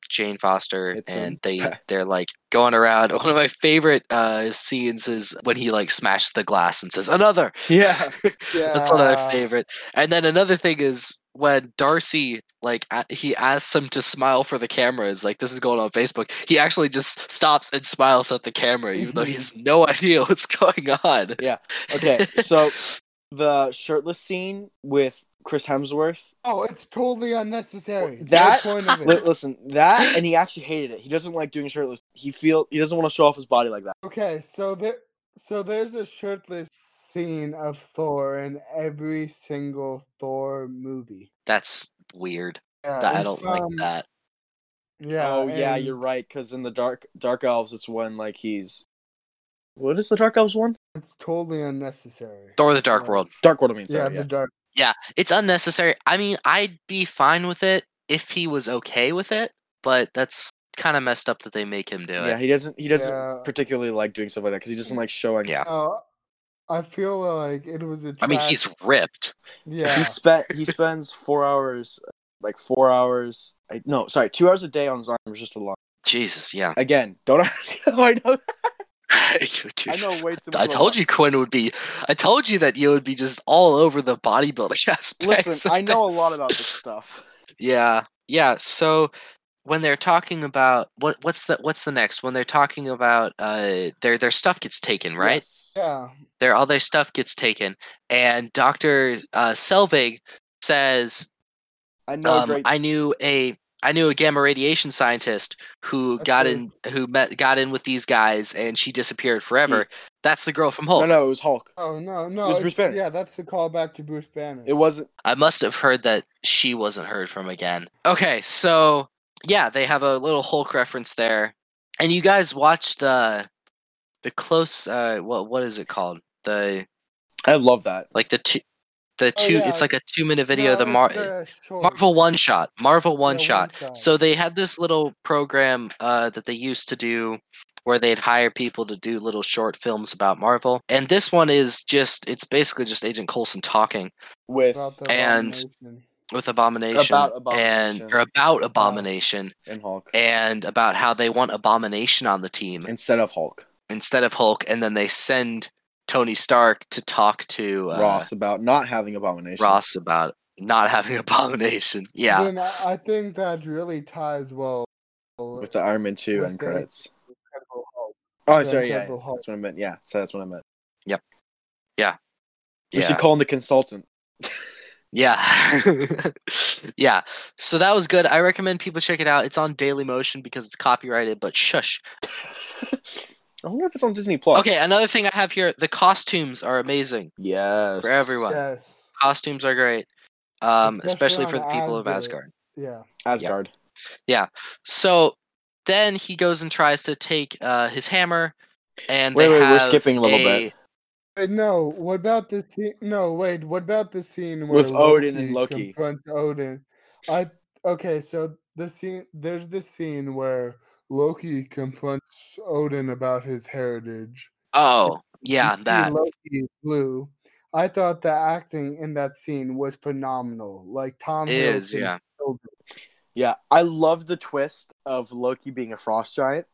[SPEAKER 1] Jane Foster,
[SPEAKER 2] It's him.
[SPEAKER 1] and they they're like going around. One of my favorite uh, scenes is when he like smashes the glass and says another.
[SPEAKER 2] Yeah.
[SPEAKER 1] That's one of my
[SPEAKER 3] Yeah,
[SPEAKER 1] favorite. And then another thing is when Darcy like a- he asks him to smile for the camera. It's like this is going on Facebook. He actually just stops and smiles at the camera, even though he has
[SPEAKER 3] Mm-hmm.
[SPEAKER 1] no idea what's going on.
[SPEAKER 2] Yeah. Okay, so the shirtless scene with Chris Hemsworth.
[SPEAKER 3] Oh, it's totally unnecessary.
[SPEAKER 2] That-
[SPEAKER 3] That's point of
[SPEAKER 2] Li-
[SPEAKER 3] it.
[SPEAKER 2] listen, that and he actually hated it. He doesn't like doing shirtless. He feel he doesn't want to show off his body like that.
[SPEAKER 3] Okay, so there, so there's a shirtless scene of Thor in every single Thor movie.
[SPEAKER 1] that's weird.
[SPEAKER 3] Yeah, um,
[SPEAKER 1] That- I
[SPEAKER 3] in
[SPEAKER 1] don't like
[SPEAKER 3] some-
[SPEAKER 1] that.
[SPEAKER 3] Yeah.
[SPEAKER 2] oh yeah,
[SPEAKER 3] and
[SPEAKER 2] you're right. Because in the dark dark elves, it's when like he's what is the dark elves one?
[SPEAKER 3] It's totally unnecessary.
[SPEAKER 1] Thor: The Dark
[SPEAKER 3] Uh,
[SPEAKER 1] World.
[SPEAKER 2] Dark world, I mean.
[SPEAKER 3] yeah,
[SPEAKER 2] Sorry,
[SPEAKER 3] the
[SPEAKER 2] yeah.
[SPEAKER 3] dark.
[SPEAKER 1] Yeah, it's unnecessary. I mean, I'd be fine with it if he was okay with it, but that's kind of messed up that they make him do
[SPEAKER 2] yeah,
[SPEAKER 1] it.
[SPEAKER 2] he doesn't. He doesn't
[SPEAKER 3] Yeah.
[SPEAKER 2] particularly like doing stuff like that because he doesn't like showing.
[SPEAKER 1] Yeah.
[SPEAKER 3] Oh, I feel like it was a.
[SPEAKER 1] I mean,
[SPEAKER 3] trash-
[SPEAKER 1] he's ripped.
[SPEAKER 3] yeah.
[SPEAKER 2] He spent. He spends four hours, like four hours. I, no, sorry, two hours a day on his arm is just a lot.
[SPEAKER 1] Jesus, yeah.
[SPEAKER 2] Again, don't ask. how I know. I
[SPEAKER 1] I
[SPEAKER 2] know way too much.
[SPEAKER 1] I
[SPEAKER 2] about
[SPEAKER 1] told
[SPEAKER 2] that.
[SPEAKER 1] you Quinn would be. I told you that you would be just all over the bodybuilding aspects.
[SPEAKER 2] Listen,
[SPEAKER 1] of
[SPEAKER 2] I know a
[SPEAKER 1] this.
[SPEAKER 2] lot about this stuff.
[SPEAKER 1] Yeah, yeah. So when they're talking about what what's the what's the next? When they're talking about uh their their stuff gets taken, right?
[SPEAKER 2] Yes.
[SPEAKER 3] yeah.
[SPEAKER 1] Their all their stuff gets taken, and Doctor uh, Selvig says,
[SPEAKER 2] I know. a
[SPEAKER 1] um,
[SPEAKER 2] great...
[SPEAKER 1] "I knew a." I knew a gamma radiation scientist who
[SPEAKER 3] That's
[SPEAKER 1] got
[SPEAKER 3] right.
[SPEAKER 1] in, who met, got in with these guys, and she disappeared forever. That's the girl from Hulk.
[SPEAKER 2] No, no, it was Hulk.
[SPEAKER 3] Oh no, no.
[SPEAKER 2] was
[SPEAKER 3] it's-
[SPEAKER 2] Bruce Banner.
[SPEAKER 3] Yeah, that's the callback to Bruce Banner.
[SPEAKER 2] It wasn't.
[SPEAKER 1] I must have heard that she wasn't heard from again. Okay, so yeah, they have a little Hulk reference there, and you guys watched the the close. Uh, what what is it called? The
[SPEAKER 2] I love that.
[SPEAKER 1] like the two, the
[SPEAKER 3] Oh,
[SPEAKER 1] two.
[SPEAKER 3] yeah.
[SPEAKER 1] It's like a two minute video. of the
[SPEAKER 3] No,
[SPEAKER 1] Mar-
[SPEAKER 3] the short-
[SPEAKER 1] Marvel one shot. Marvel one
[SPEAKER 3] Yeah,
[SPEAKER 1] shot. So they had this little program uh, that they used to do where they'd hire people to do little short films about Marvel. And this one is just it's basically just Agent Coulson talking
[SPEAKER 2] With
[SPEAKER 3] About the
[SPEAKER 1] and-
[SPEAKER 3] abomination.
[SPEAKER 1] with Abomination,
[SPEAKER 2] About
[SPEAKER 1] and
[SPEAKER 2] Abomination.
[SPEAKER 1] or about Abomination
[SPEAKER 2] and Hulk
[SPEAKER 1] and about how they want Abomination on the team
[SPEAKER 2] instead of Hulk.
[SPEAKER 1] instead of Hulk and then they send Tony Stark to talk to uh,
[SPEAKER 2] Ross about not having Abomination.
[SPEAKER 1] Ross about not having Abomination. Yeah.
[SPEAKER 3] Then I, I think that really ties well
[SPEAKER 2] with the Iron Man two
[SPEAKER 3] With
[SPEAKER 2] end
[SPEAKER 3] the-
[SPEAKER 2] credits.
[SPEAKER 3] Incredible Hulk.
[SPEAKER 2] Oh,
[SPEAKER 3] the
[SPEAKER 2] sorry. Yeah,
[SPEAKER 3] Incredible Hulk.
[SPEAKER 2] that's what I meant. Yeah, so that's what I meant. We
[SPEAKER 1] yeah.
[SPEAKER 2] should call him the consultant.
[SPEAKER 1] Yeah. yeah. So that was good. I recommend people check it out. It's on Daily Motion because it's copyrighted, but shush.
[SPEAKER 2] I wonder if it's on Disney Plus.
[SPEAKER 1] Okay, another thing I have here, the costumes are amazing.
[SPEAKER 2] Yes.
[SPEAKER 1] For everyone.
[SPEAKER 3] Yes.
[SPEAKER 1] Costumes are great. Um, especially,
[SPEAKER 3] Especially
[SPEAKER 1] for the
[SPEAKER 3] on
[SPEAKER 1] people of
[SPEAKER 3] Asgard.
[SPEAKER 1] Asgard.
[SPEAKER 3] Yeah.
[SPEAKER 2] Asgard.
[SPEAKER 1] So then he goes and tries to take uh, his hammer and
[SPEAKER 2] Wait,
[SPEAKER 1] they
[SPEAKER 2] wait, we're
[SPEAKER 1] have
[SPEAKER 2] skipping a little bit.
[SPEAKER 3] Wait, Uh, no. What about the scene? No, wait. What about the scene where
[SPEAKER 2] With Odin and Loki.
[SPEAKER 3] confronts Odin? I okay. So the scene there's this scene where Loki confronts Odin about his heritage.
[SPEAKER 1] Oh,
[SPEAKER 3] You
[SPEAKER 1] yeah,
[SPEAKER 3] see
[SPEAKER 1] that.
[SPEAKER 3] Loki blue. I thought the acting in that scene was phenomenal. Like Tom
[SPEAKER 1] Is
[SPEAKER 3] Hiddleston
[SPEAKER 1] yeah.
[SPEAKER 3] killed it.
[SPEAKER 2] Yeah, I love the twist of Loki being a frost giant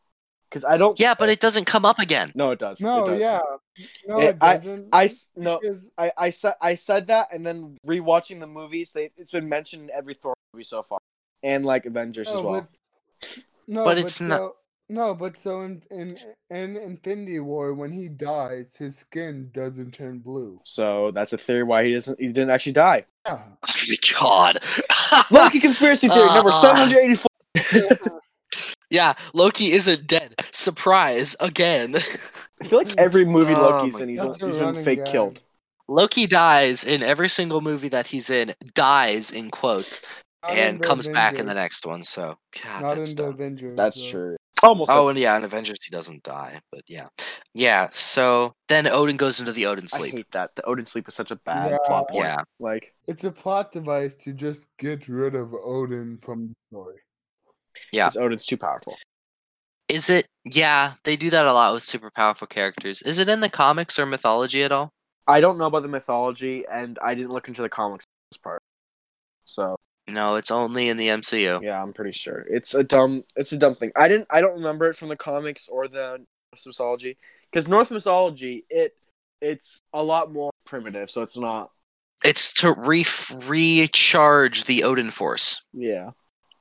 [SPEAKER 2] because I don't.
[SPEAKER 1] Yeah, but it doesn't come up again.
[SPEAKER 2] No, it does.
[SPEAKER 3] No,
[SPEAKER 2] it does.
[SPEAKER 3] yeah. No,
[SPEAKER 2] Eh,
[SPEAKER 3] it
[SPEAKER 2] I-
[SPEAKER 3] doesn't.
[SPEAKER 2] I s- no.
[SPEAKER 3] because-
[SPEAKER 2] I, I said I said that, and then rewatching the movies, they, it's been mentioned in every Thor movie so far, and like Avengers as
[SPEAKER 3] No,
[SPEAKER 2] well.
[SPEAKER 3] but- no,
[SPEAKER 1] But it's not-
[SPEAKER 3] so- No, but so in, in in Infinity War, when he dies, his skin doesn't turn blue.
[SPEAKER 2] So that's a theory why he doesn't he didn't actually die.
[SPEAKER 3] Yeah.
[SPEAKER 1] Oh my god.
[SPEAKER 2] Loki conspiracy theory number
[SPEAKER 1] Uh,
[SPEAKER 2] seven hundred eighty four.
[SPEAKER 1] Yeah, Loki isn't dead. Surprise again.
[SPEAKER 2] I feel like every movie
[SPEAKER 1] Oh
[SPEAKER 2] Loki's
[SPEAKER 1] my
[SPEAKER 2] in, he's,
[SPEAKER 3] God.
[SPEAKER 2] he's been fake killed.
[SPEAKER 1] Loki dies in every single movie that he's in, dies in quotes,
[SPEAKER 3] Not
[SPEAKER 1] and
[SPEAKER 3] the
[SPEAKER 1] comes back in the
[SPEAKER 3] Avengers-
[SPEAKER 1] next one. So, God,
[SPEAKER 3] Not
[SPEAKER 1] that's
[SPEAKER 3] in the
[SPEAKER 1] dumb.
[SPEAKER 3] Avengers.
[SPEAKER 2] That's
[SPEAKER 3] though.
[SPEAKER 2] true. Almost.
[SPEAKER 1] Oh,
[SPEAKER 2] Oh,
[SPEAKER 1] and yeah, in Avengers he doesn't die, but yeah, yeah. So then Odin goes into the Odin
[SPEAKER 2] I
[SPEAKER 1] sleep.
[SPEAKER 2] hate that. The Odin sleep is such a bad
[SPEAKER 3] Yeah.
[SPEAKER 2] plot point.
[SPEAKER 1] Yeah,
[SPEAKER 2] Like
[SPEAKER 3] It's a plot device to just get rid of Odin from the story.
[SPEAKER 1] Yeah.
[SPEAKER 2] 'cause Odin's too powerful.
[SPEAKER 1] is it? Yeah, they do that a lot with super powerful characters. Is it in the comics or mythology at all?
[SPEAKER 2] I don't know about the mythology, and I didn't look into the comics this part. So
[SPEAKER 1] No, it's only in the MCU.
[SPEAKER 2] yeah, I'm pretty sure it's a dumb it's a dumb thing. I didn't I don't remember it from the comics or the Norse mythology because Norse mythology it it's a lot more primitive, so it's not
[SPEAKER 1] It's to re- recharge the Odin force.
[SPEAKER 2] yeah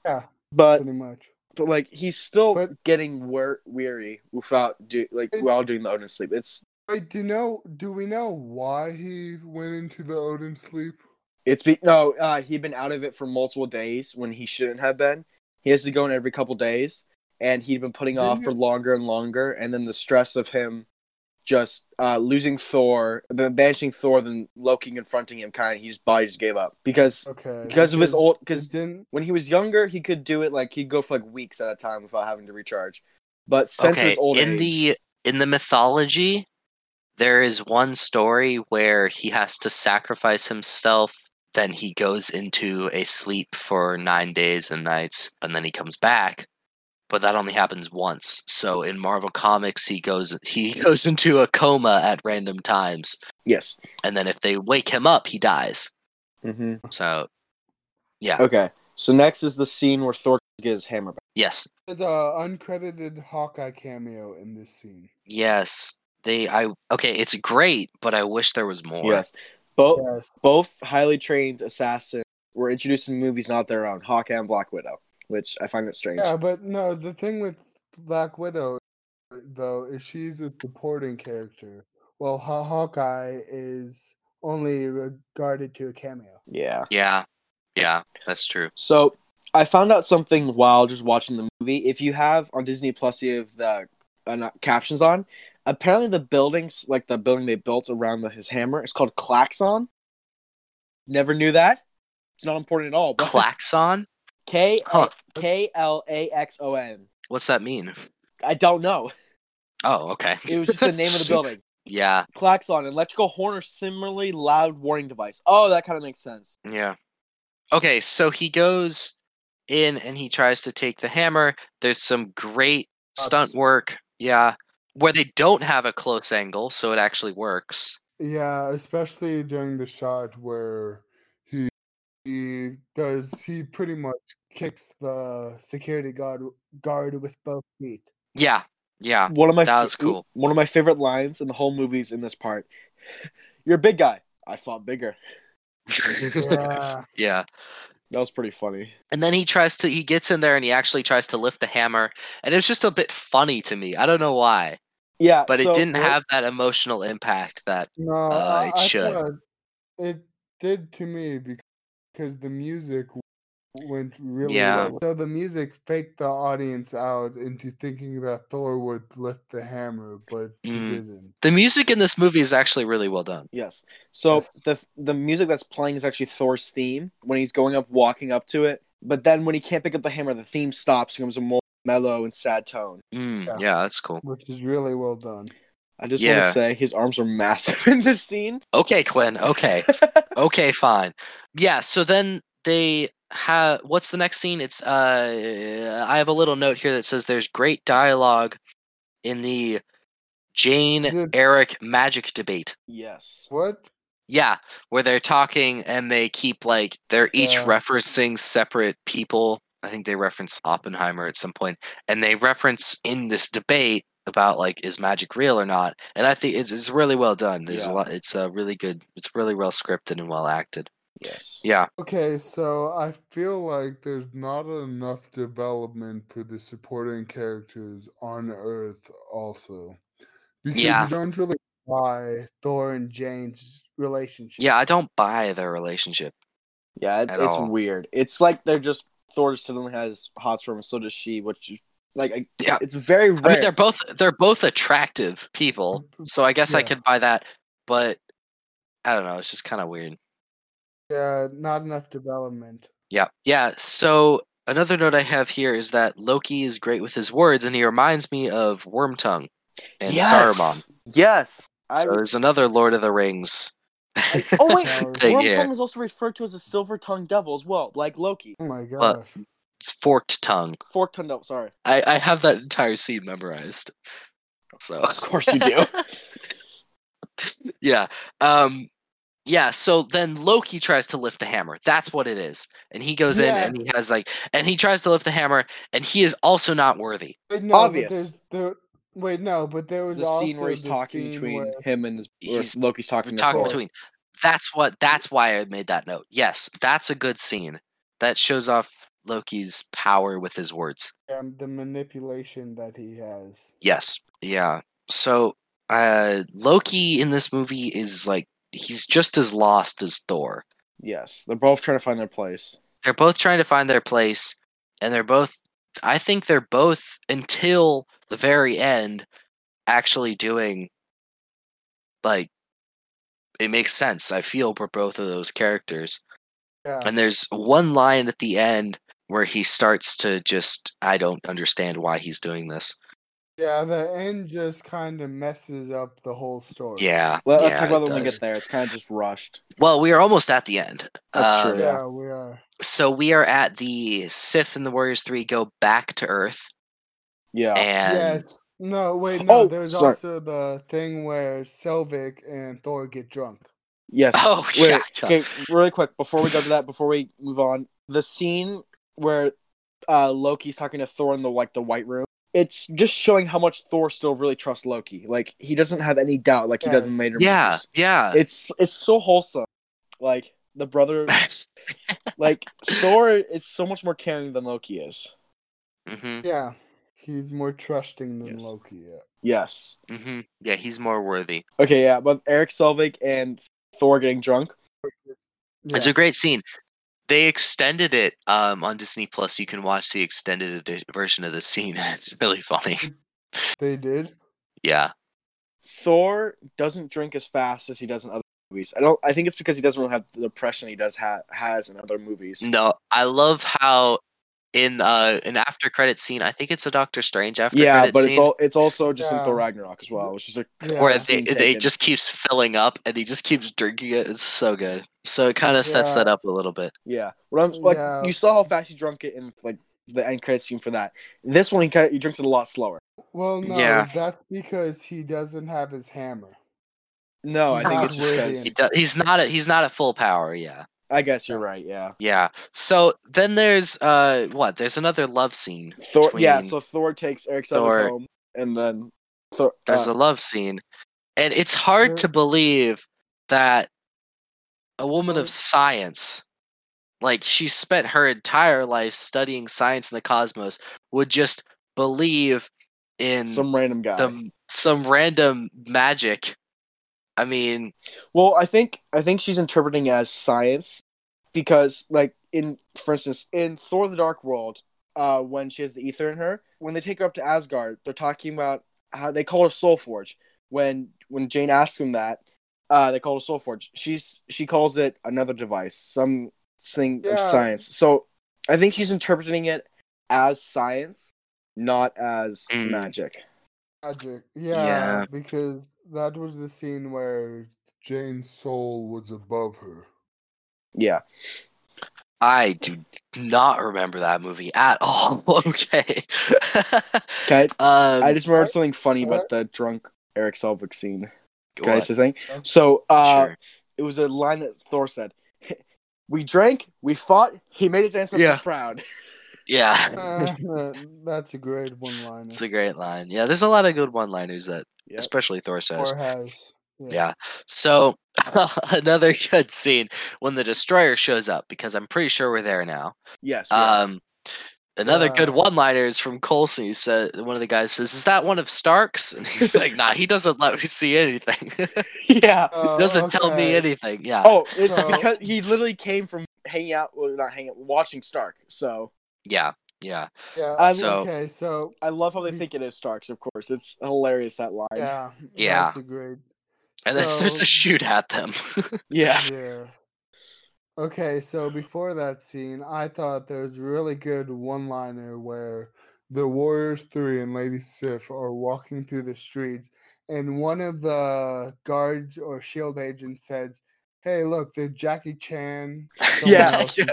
[SPEAKER 3] Yeah.
[SPEAKER 2] But
[SPEAKER 3] Pretty much.
[SPEAKER 2] but like he's still
[SPEAKER 3] But-
[SPEAKER 2] getting wor- weary without do like
[SPEAKER 3] It-
[SPEAKER 2] while doing the Odin sleep. It's
[SPEAKER 3] Wait, do you know? Do we know why he went into the Odin sleep?
[SPEAKER 2] it's be no uh, he'd been out of it for multiple days when he shouldn't have been. He has to go in every couple days, and he'd been putting off
[SPEAKER 3] Didn't
[SPEAKER 2] for longer and longer. And then the stress of him just uh, losing Thor, then banishing Thor, then Loki confronting him, kind of his body just gave up because
[SPEAKER 3] Okay.
[SPEAKER 2] because of his old because
[SPEAKER 3] Because it didn't.
[SPEAKER 2] when he was younger he could do it like he'd go for like weeks at a time without having to recharge. But since his old
[SPEAKER 1] in
[SPEAKER 2] age,
[SPEAKER 1] the in the mythology, there is one story where he has to sacrifice himself. Then he goes into a sleep for nine days and nights, and then he comes back, but that only happens once. So in Marvel Comics, he goes he goes into a coma at random times,
[SPEAKER 2] Yes.
[SPEAKER 1] and then if they wake him up, he dies.
[SPEAKER 2] Mm-hmm.
[SPEAKER 1] So
[SPEAKER 2] Okay. So next is the scene where Thor gets his hammer back.
[SPEAKER 1] yes,
[SPEAKER 3] There's an uncredited Hawkeye cameo in this scene.
[SPEAKER 1] yes, they I okay, it's great, but I wish there was more.
[SPEAKER 2] Yes. Both
[SPEAKER 3] Yes.
[SPEAKER 2] both highly trained assassins were introduced in movies not their own, Hawkeye and Black Widow, which I find it strange.
[SPEAKER 3] Yeah, but no, the thing with Black Widow, though, is she's a supporting character. Well, Haw- Hawkeye is only regarded to a cameo.
[SPEAKER 2] yeah.
[SPEAKER 1] Yeah, yeah, that's true.
[SPEAKER 2] So I found out something while just watching the movie. If you have on Disney Plus, you have the uh, not- captions on. Apparently, the buildings, like the building they built around the, his hammer, is called Klaxon. Never knew that. It's not important at all. But
[SPEAKER 1] Klaxon?
[SPEAKER 2] K
[SPEAKER 1] Huh.
[SPEAKER 2] K L A X O N.
[SPEAKER 1] What's that mean?
[SPEAKER 2] I don't know.
[SPEAKER 1] Oh, okay.
[SPEAKER 2] It was just the name of the building.
[SPEAKER 1] yeah,
[SPEAKER 2] Klaxon, an electrical horn or similarly loud warning device. Oh, that kind of makes sense.
[SPEAKER 1] yeah. Okay, so he goes in and he tries to take the hammer. There's some great stunt
[SPEAKER 3] Ups.
[SPEAKER 1] work. Yeah. Where they don't have a close angle, so it actually works.
[SPEAKER 3] Yeah, especially during the shot where he he does he pretty much kicks the security guard guard with both feet.
[SPEAKER 1] Yeah. Yeah.
[SPEAKER 2] One of my
[SPEAKER 1] Ah, That was cool.
[SPEAKER 2] One of my favorite lines in the whole movie is in this part. You're a big guy. I fought bigger.
[SPEAKER 3] Yeah.
[SPEAKER 1] yeah.
[SPEAKER 2] That was pretty funny.
[SPEAKER 1] And then he tries to he gets in there and he actually tries to lift the hammer. And it was just a bit funny to me. I don't know why.
[SPEAKER 2] Yeah,
[SPEAKER 1] But
[SPEAKER 2] so-
[SPEAKER 1] it didn't have that emotional impact that
[SPEAKER 3] No,
[SPEAKER 1] Uh,
[SPEAKER 3] I,
[SPEAKER 1] it
[SPEAKER 3] I
[SPEAKER 1] should.
[SPEAKER 3] thought it did to me bec- because the music w- went really
[SPEAKER 1] Yeah.
[SPEAKER 3] well. So the music faked the audience out into thinking that Thor would lift the hammer, but he
[SPEAKER 1] Mm.
[SPEAKER 3] didn't.
[SPEAKER 1] the music in this movie is actually really well done.
[SPEAKER 2] Yes. So the the music that's playing is actually Thor's theme when he's going up, walking up to it. But then when he can't pick up the hammer, the theme stops, and becomes a more mellow and sad tone.
[SPEAKER 1] Mm,
[SPEAKER 3] Yeah.
[SPEAKER 1] yeah, that's cool.
[SPEAKER 3] Which is really well done.
[SPEAKER 2] I just want
[SPEAKER 1] Yeah.
[SPEAKER 2] to say his arms are massive in this scene.
[SPEAKER 1] Okay, Quinn. Okay. okay, fine. Yeah, so then they have what's the next scene? It's uh I have a little note here that says there's great dialogue in the Jane
[SPEAKER 3] Good.
[SPEAKER 1] Eric magic debate.
[SPEAKER 2] yes.
[SPEAKER 3] What?
[SPEAKER 1] Yeah, where they're talking and they keep like they're each
[SPEAKER 3] Yeah.
[SPEAKER 1] referencing separate people. I think they reference Oppenheimer at some point, and they reference in this debate about like is magic real or not. And I think it's, it's really well done. There's
[SPEAKER 2] Yeah.
[SPEAKER 1] a lot. It's a really good. It's really well scripted and well acted.
[SPEAKER 2] Yes.
[SPEAKER 1] Yeah,
[SPEAKER 3] Okay, so I feel like there's not enough development for the supporting characters on Earth, also. Because
[SPEAKER 1] Yeah.
[SPEAKER 3] you don't really buy Thor and Jane's relationship.
[SPEAKER 1] yeah. I don't buy their relationship.
[SPEAKER 2] Yeah. It,
[SPEAKER 1] At
[SPEAKER 2] it's
[SPEAKER 1] all.
[SPEAKER 2] weird. It's like they're just Thor just suddenly has hots for him, and so does she, which is- like I,
[SPEAKER 1] Yeah.
[SPEAKER 2] it's very rare.
[SPEAKER 1] I mean, they're both they're both attractive people, so I guess I
[SPEAKER 3] Mm-hmm. Yeah.
[SPEAKER 1] could buy that. But I don't know. It's just kind of weird.
[SPEAKER 3] Yeah, not enough development.
[SPEAKER 1] Yeah. Yeah. So another note I have here is that Loki is great with his words, and he reminds me of Wormtongue and Saruman.
[SPEAKER 2] Yes. I,
[SPEAKER 1] So there's another Lord of the Rings.
[SPEAKER 2] oh wait,
[SPEAKER 3] Saruman.
[SPEAKER 1] thing
[SPEAKER 2] Wormtongue
[SPEAKER 1] here.
[SPEAKER 2] is also referred to as a silver-tongued devil as well, like Loki.
[SPEAKER 3] Oh my gosh.
[SPEAKER 1] But- It's forked tongue.
[SPEAKER 2] Fork-tongued devil. Sorry.
[SPEAKER 1] I, I have that entire scene memorized. So
[SPEAKER 2] Of course you do.
[SPEAKER 1] yeah. Um yeah, so then Loki tries to lift the hammer. That's what it is. And he goes
[SPEAKER 3] Yeah.
[SPEAKER 1] in and he has like and he tries to lift the hammer and he is also not worthy.
[SPEAKER 3] Wait, no, but
[SPEAKER 2] obvious.
[SPEAKER 3] there's the- wait, no, but there was
[SPEAKER 2] the scene where
[SPEAKER 3] also
[SPEAKER 2] he's
[SPEAKER 3] the
[SPEAKER 2] talking
[SPEAKER 3] scene
[SPEAKER 2] between
[SPEAKER 3] where-
[SPEAKER 2] him and his, or
[SPEAKER 1] He's-
[SPEAKER 2] Loki's talking.
[SPEAKER 1] We're
[SPEAKER 2] to
[SPEAKER 1] talking
[SPEAKER 2] Thor.
[SPEAKER 1] between. That's what. That's why I made that note. Yes, that's a good scene. That shows off Loki's power with his words.
[SPEAKER 3] um, the manipulation that he has.
[SPEAKER 1] Yes. Yeah. So uh Loki in this movie is like he's just as lost as Thor.
[SPEAKER 2] Yes, they're both trying to find their place.
[SPEAKER 1] They're both trying to find their place, and they're both. I think they're both until the very end actually doing like it makes sense. I feel for both of those characters.
[SPEAKER 3] Yeah.
[SPEAKER 1] And there's one line at the end where he starts to just, I don't understand why he's doing this.
[SPEAKER 3] Yeah, the end just kind of messes up the whole story.
[SPEAKER 1] Yeah.
[SPEAKER 2] Let, us
[SPEAKER 1] yeah,
[SPEAKER 2] talk about
[SPEAKER 1] it
[SPEAKER 2] that when we
[SPEAKER 1] does.
[SPEAKER 2] get there. It's kind of just rushed.
[SPEAKER 1] Well, we are almost at the end.
[SPEAKER 2] That's true.
[SPEAKER 1] Um,
[SPEAKER 3] Yeah,
[SPEAKER 2] Yeah.
[SPEAKER 3] we are.
[SPEAKER 1] So we are at the Sith and the Warriors 3 go back to Earth.
[SPEAKER 2] Yeah.
[SPEAKER 1] and
[SPEAKER 3] Yes. No, wait, no.
[SPEAKER 2] Oh,
[SPEAKER 3] there's
[SPEAKER 2] sorry.
[SPEAKER 3] also the thing where Selvig and Thor get drunk.
[SPEAKER 2] Yes.
[SPEAKER 1] oh
[SPEAKER 2] Wait,
[SPEAKER 1] yeah,
[SPEAKER 2] okay, really quick before we go to that, before we move on, the scene where uh, Loki's talking to Thor in the like the White Room, it's just showing how much Thor still really trusts Loki. Like he doesn't have any doubt, like he does in
[SPEAKER 3] Yes.
[SPEAKER 2] later.
[SPEAKER 1] yeah,
[SPEAKER 2] movies.
[SPEAKER 1] yeah.
[SPEAKER 2] it's it's so wholesome. Like the brother, like Thor is so much more caring than Loki is.
[SPEAKER 1] hmm
[SPEAKER 3] Yeah. He's more trusting than
[SPEAKER 2] Yes.
[SPEAKER 3] Loki. Yeah.
[SPEAKER 2] Yes.
[SPEAKER 1] hmm Yeah, he's more worthy.
[SPEAKER 2] Okay. Yeah. But Eric Selvig and Thor getting drunk.
[SPEAKER 1] It's a great scene. They extended it um, on Disney Plus. You can watch the extended edi- version of the scene. It's really funny.
[SPEAKER 3] They did.
[SPEAKER 1] Yeah,
[SPEAKER 2] Thor doesn't drink as fast as he does in other movies. I don't. I think it's because he doesn't really have the depression he does ha- has in other movies.
[SPEAKER 1] no, I love how in uh, an after credit scene. I think it's a Doctor Strange after
[SPEAKER 2] yeah,
[SPEAKER 1] credit
[SPEAKER 2] but
[SPEAKER 1] scene.
[SPEAKER 2] it's all. It's also just in
[SPEAKER 3] Yeah.
[SPEAKER 2] Thor Ragnarok as well, which is a
[SPEAKER 3] Yeah.
[SPEAKER 1] where
[SPEAKER 3] I've
[SPEAKER 1] they,
[SPEAKER 2] scene
[SPEAKER 1] they
[SPEAKER 2] taken.
[SPEAKER 1] just keeps filling up and he just keeps drinking it. It's so good. So it kind of sets
[SPEAKER 3] Yeah.
[SPEAKER 1] that up a little bit.
[SPEAKER 2] yeah. What I'm like,
[SPEAKER 3] Yeah.
[SPEAKER 2] you saw how fast he drunk it in like the end credit scene for that. This one, he kind of, he drinks it a lot slower.
[SPEAKER 3] Well, no,
[SPEAKER 1] Yeah.
[SPEAKER 3] that's because he doesn't have his hammer.
[SPEAKER 2] No, I think
[SPEAKER 3] Not
[SPEAKER 2] it's just because.
[SPEAKER 3] worthy.
[SPEAKER 1] He do, he's not at he's not at full power. Yeah,
[SPEAKER 2] I guess you're right. Yeah.
[SPEAKER 1] yeah. So then there's uh what? There's another love scene.
[SPEAKER 2] Thor. Yeah.
[SPEAKER 1] Between
[SPEAKER 2] So Thor takes Eric
[SPEAKER 1] Thor-
[SPEAKER 2] Selvig home, and then Thor.
[SPEAKER 1] There's
[SPEAKER 2] uh,
[SPEAKER 1] a love scene, and it's hard
[SPEAKER 3] There-
[SPEAKER 1] to believe that a woman
[SPEAKER 3] Um,
[SPEAKER 1] of science, like she spent her entire life studying science and the cosmos, would just believe in
[SPEAKER 2] some random guy.
[SPEAKER 1] the some random magic. I mean,
[SPEAKER 2] Well, I think I think she's interpreting it as science because like in for instance in Thor the Dark World, uh when she has the ether in her, when they take her up to Asgard, they're talking about how they call her Soul Forge. When when Jane asks him that, uh they call her Soul Forge. She's she calls it another device, some thing
[SPEAKER 3] Yeah.
[SPEAKER 2] of science. So I think she's interpreting it as science, not as
[SPEAKER 1] Mm.
[SPEAKER 2] magic.
[SPEAKER 3] Magic. Yeah,
[SPEAKER 1] Yeah.
[SPEAKER 3] Because that was the scene where Jane's soul was above her.
[SPEAKER 2] Yeah.
[SPEAKER 1] I do not remember that movie at all. okay.
[SPEAKER 2] Okay.
[SPEAKER 1] um,
[SPEAKER 2] I just remembered
[SPEAKER 3] Right?
[SPEAKER 2] something funny about
[SPEAKER 3] Right?
[SPEAKER 2] the drunk Eric Selvig scene.
[SPEAKER 1] what?
[SPEAKER 2] guys, I think.
[SPEAKER 3] Okay.
[SPEAKER 2] So uh,
[SPEAKER 1] Sure.
[SPEAKER 2] it was a line that Thor said. We drank, we fought, he made his ancestors
[SPEAKER 1] Yeah.
[SPEAKER 2] proud.
[SPEAKER 1] Yeah.
[SPEAKER 3] Uh, that's a great one liner.
[SPEAKER 1] It's a great line. Yeah, there's a lot of good one-liners that,
[SPEAKER 2] Yep.
[SPEAKER 1] especially Thor says.
[SPEAKER 3] Or has.
[SPEAKER 1] Yeah. So another good scene when the destroyer shows up because I'm pretty sure we're there now.
[SPEAKER 2] Yes. yeah.
[SPEAKER 1] Um, another good
[SPEAKER 3] Yeah.
[SPEAKER 1] one-liner is from Colson. Who said one of the guys says, "Is that one of Stark's?" And he's like, "Nah, he doesn't let me see anything.
[SPEAKER 2] yeah.
[SPEAKER 3] Oh,
[SPEAKER 1] doesn't tell me
[SPEAKER 3] okay.
[SPEAKER 1] anything." Yeah.
[SPEAKER 2] Oh, it's
[SPEAKER 3] So-
[SPEAKER 2] because he literally came from hanging out, well, not hanging out, watching Stark. So
[SPEAKER 1] Yeah. Yeah.
[SPEAKER 3] Yeah.
[SPEAKER 2] Um,
[SPEAKER 1] So-
[SPEAKER 3] okay, so
[SPEAKER 2] I love how they think it is Stark's, of course. It's hilarious, that line. Yeah.
[SPEAKER 3] yeah,
[SPEAKER 1] Mm-hmm. Yeah.
[SPEAKER 3] that's a great.
[SPEAKER 1] And then starts
[SPEAKER 3] so-
[SPEAKER 1] to shoot at them.
[SPEAKER 3] Yeah. Okay, so before that scene, I thought there was a really good one liner where the Warriors 3 and Lady Sif are walking through the streets, and one of the guards or shield agents says, Hey, look, they're Jackie Chan. someone
[SPEAKER 2] Yeah.
[SPEAKER 3] else and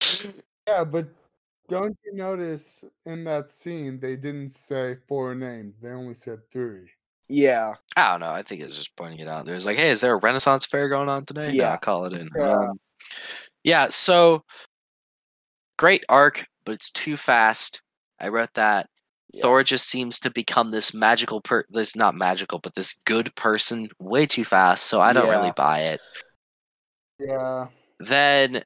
[SPEAKER 3] stuff." yeah, but don't you notice in that scene they didn't say four names, they only said three.
[SPEAKER 2] Yeah.
[SPEAKER 1] I don't know. I think it's just pointing it out. There's like, hey, is there a Renaissance fair going on today? Yeah,
[SPEAKER 2] Yeah.
[SPEAKER 1] call it in.
[SPEAKER 3] Yeah.
[SPEAKER 1] Um, yeah. So great arc, but it's too fast. I wrote that.
[SPEAKER 2] Yeah.
[SPEAKER 1] Thor just seems to become this magical per this not magical, but this good person way too fast, so I don't really
[SPEAKER 2] Yeah.
[SPEAKER 1] buy it.
[SPEAKER 3] Yeah.
[SPEAKER 1] Then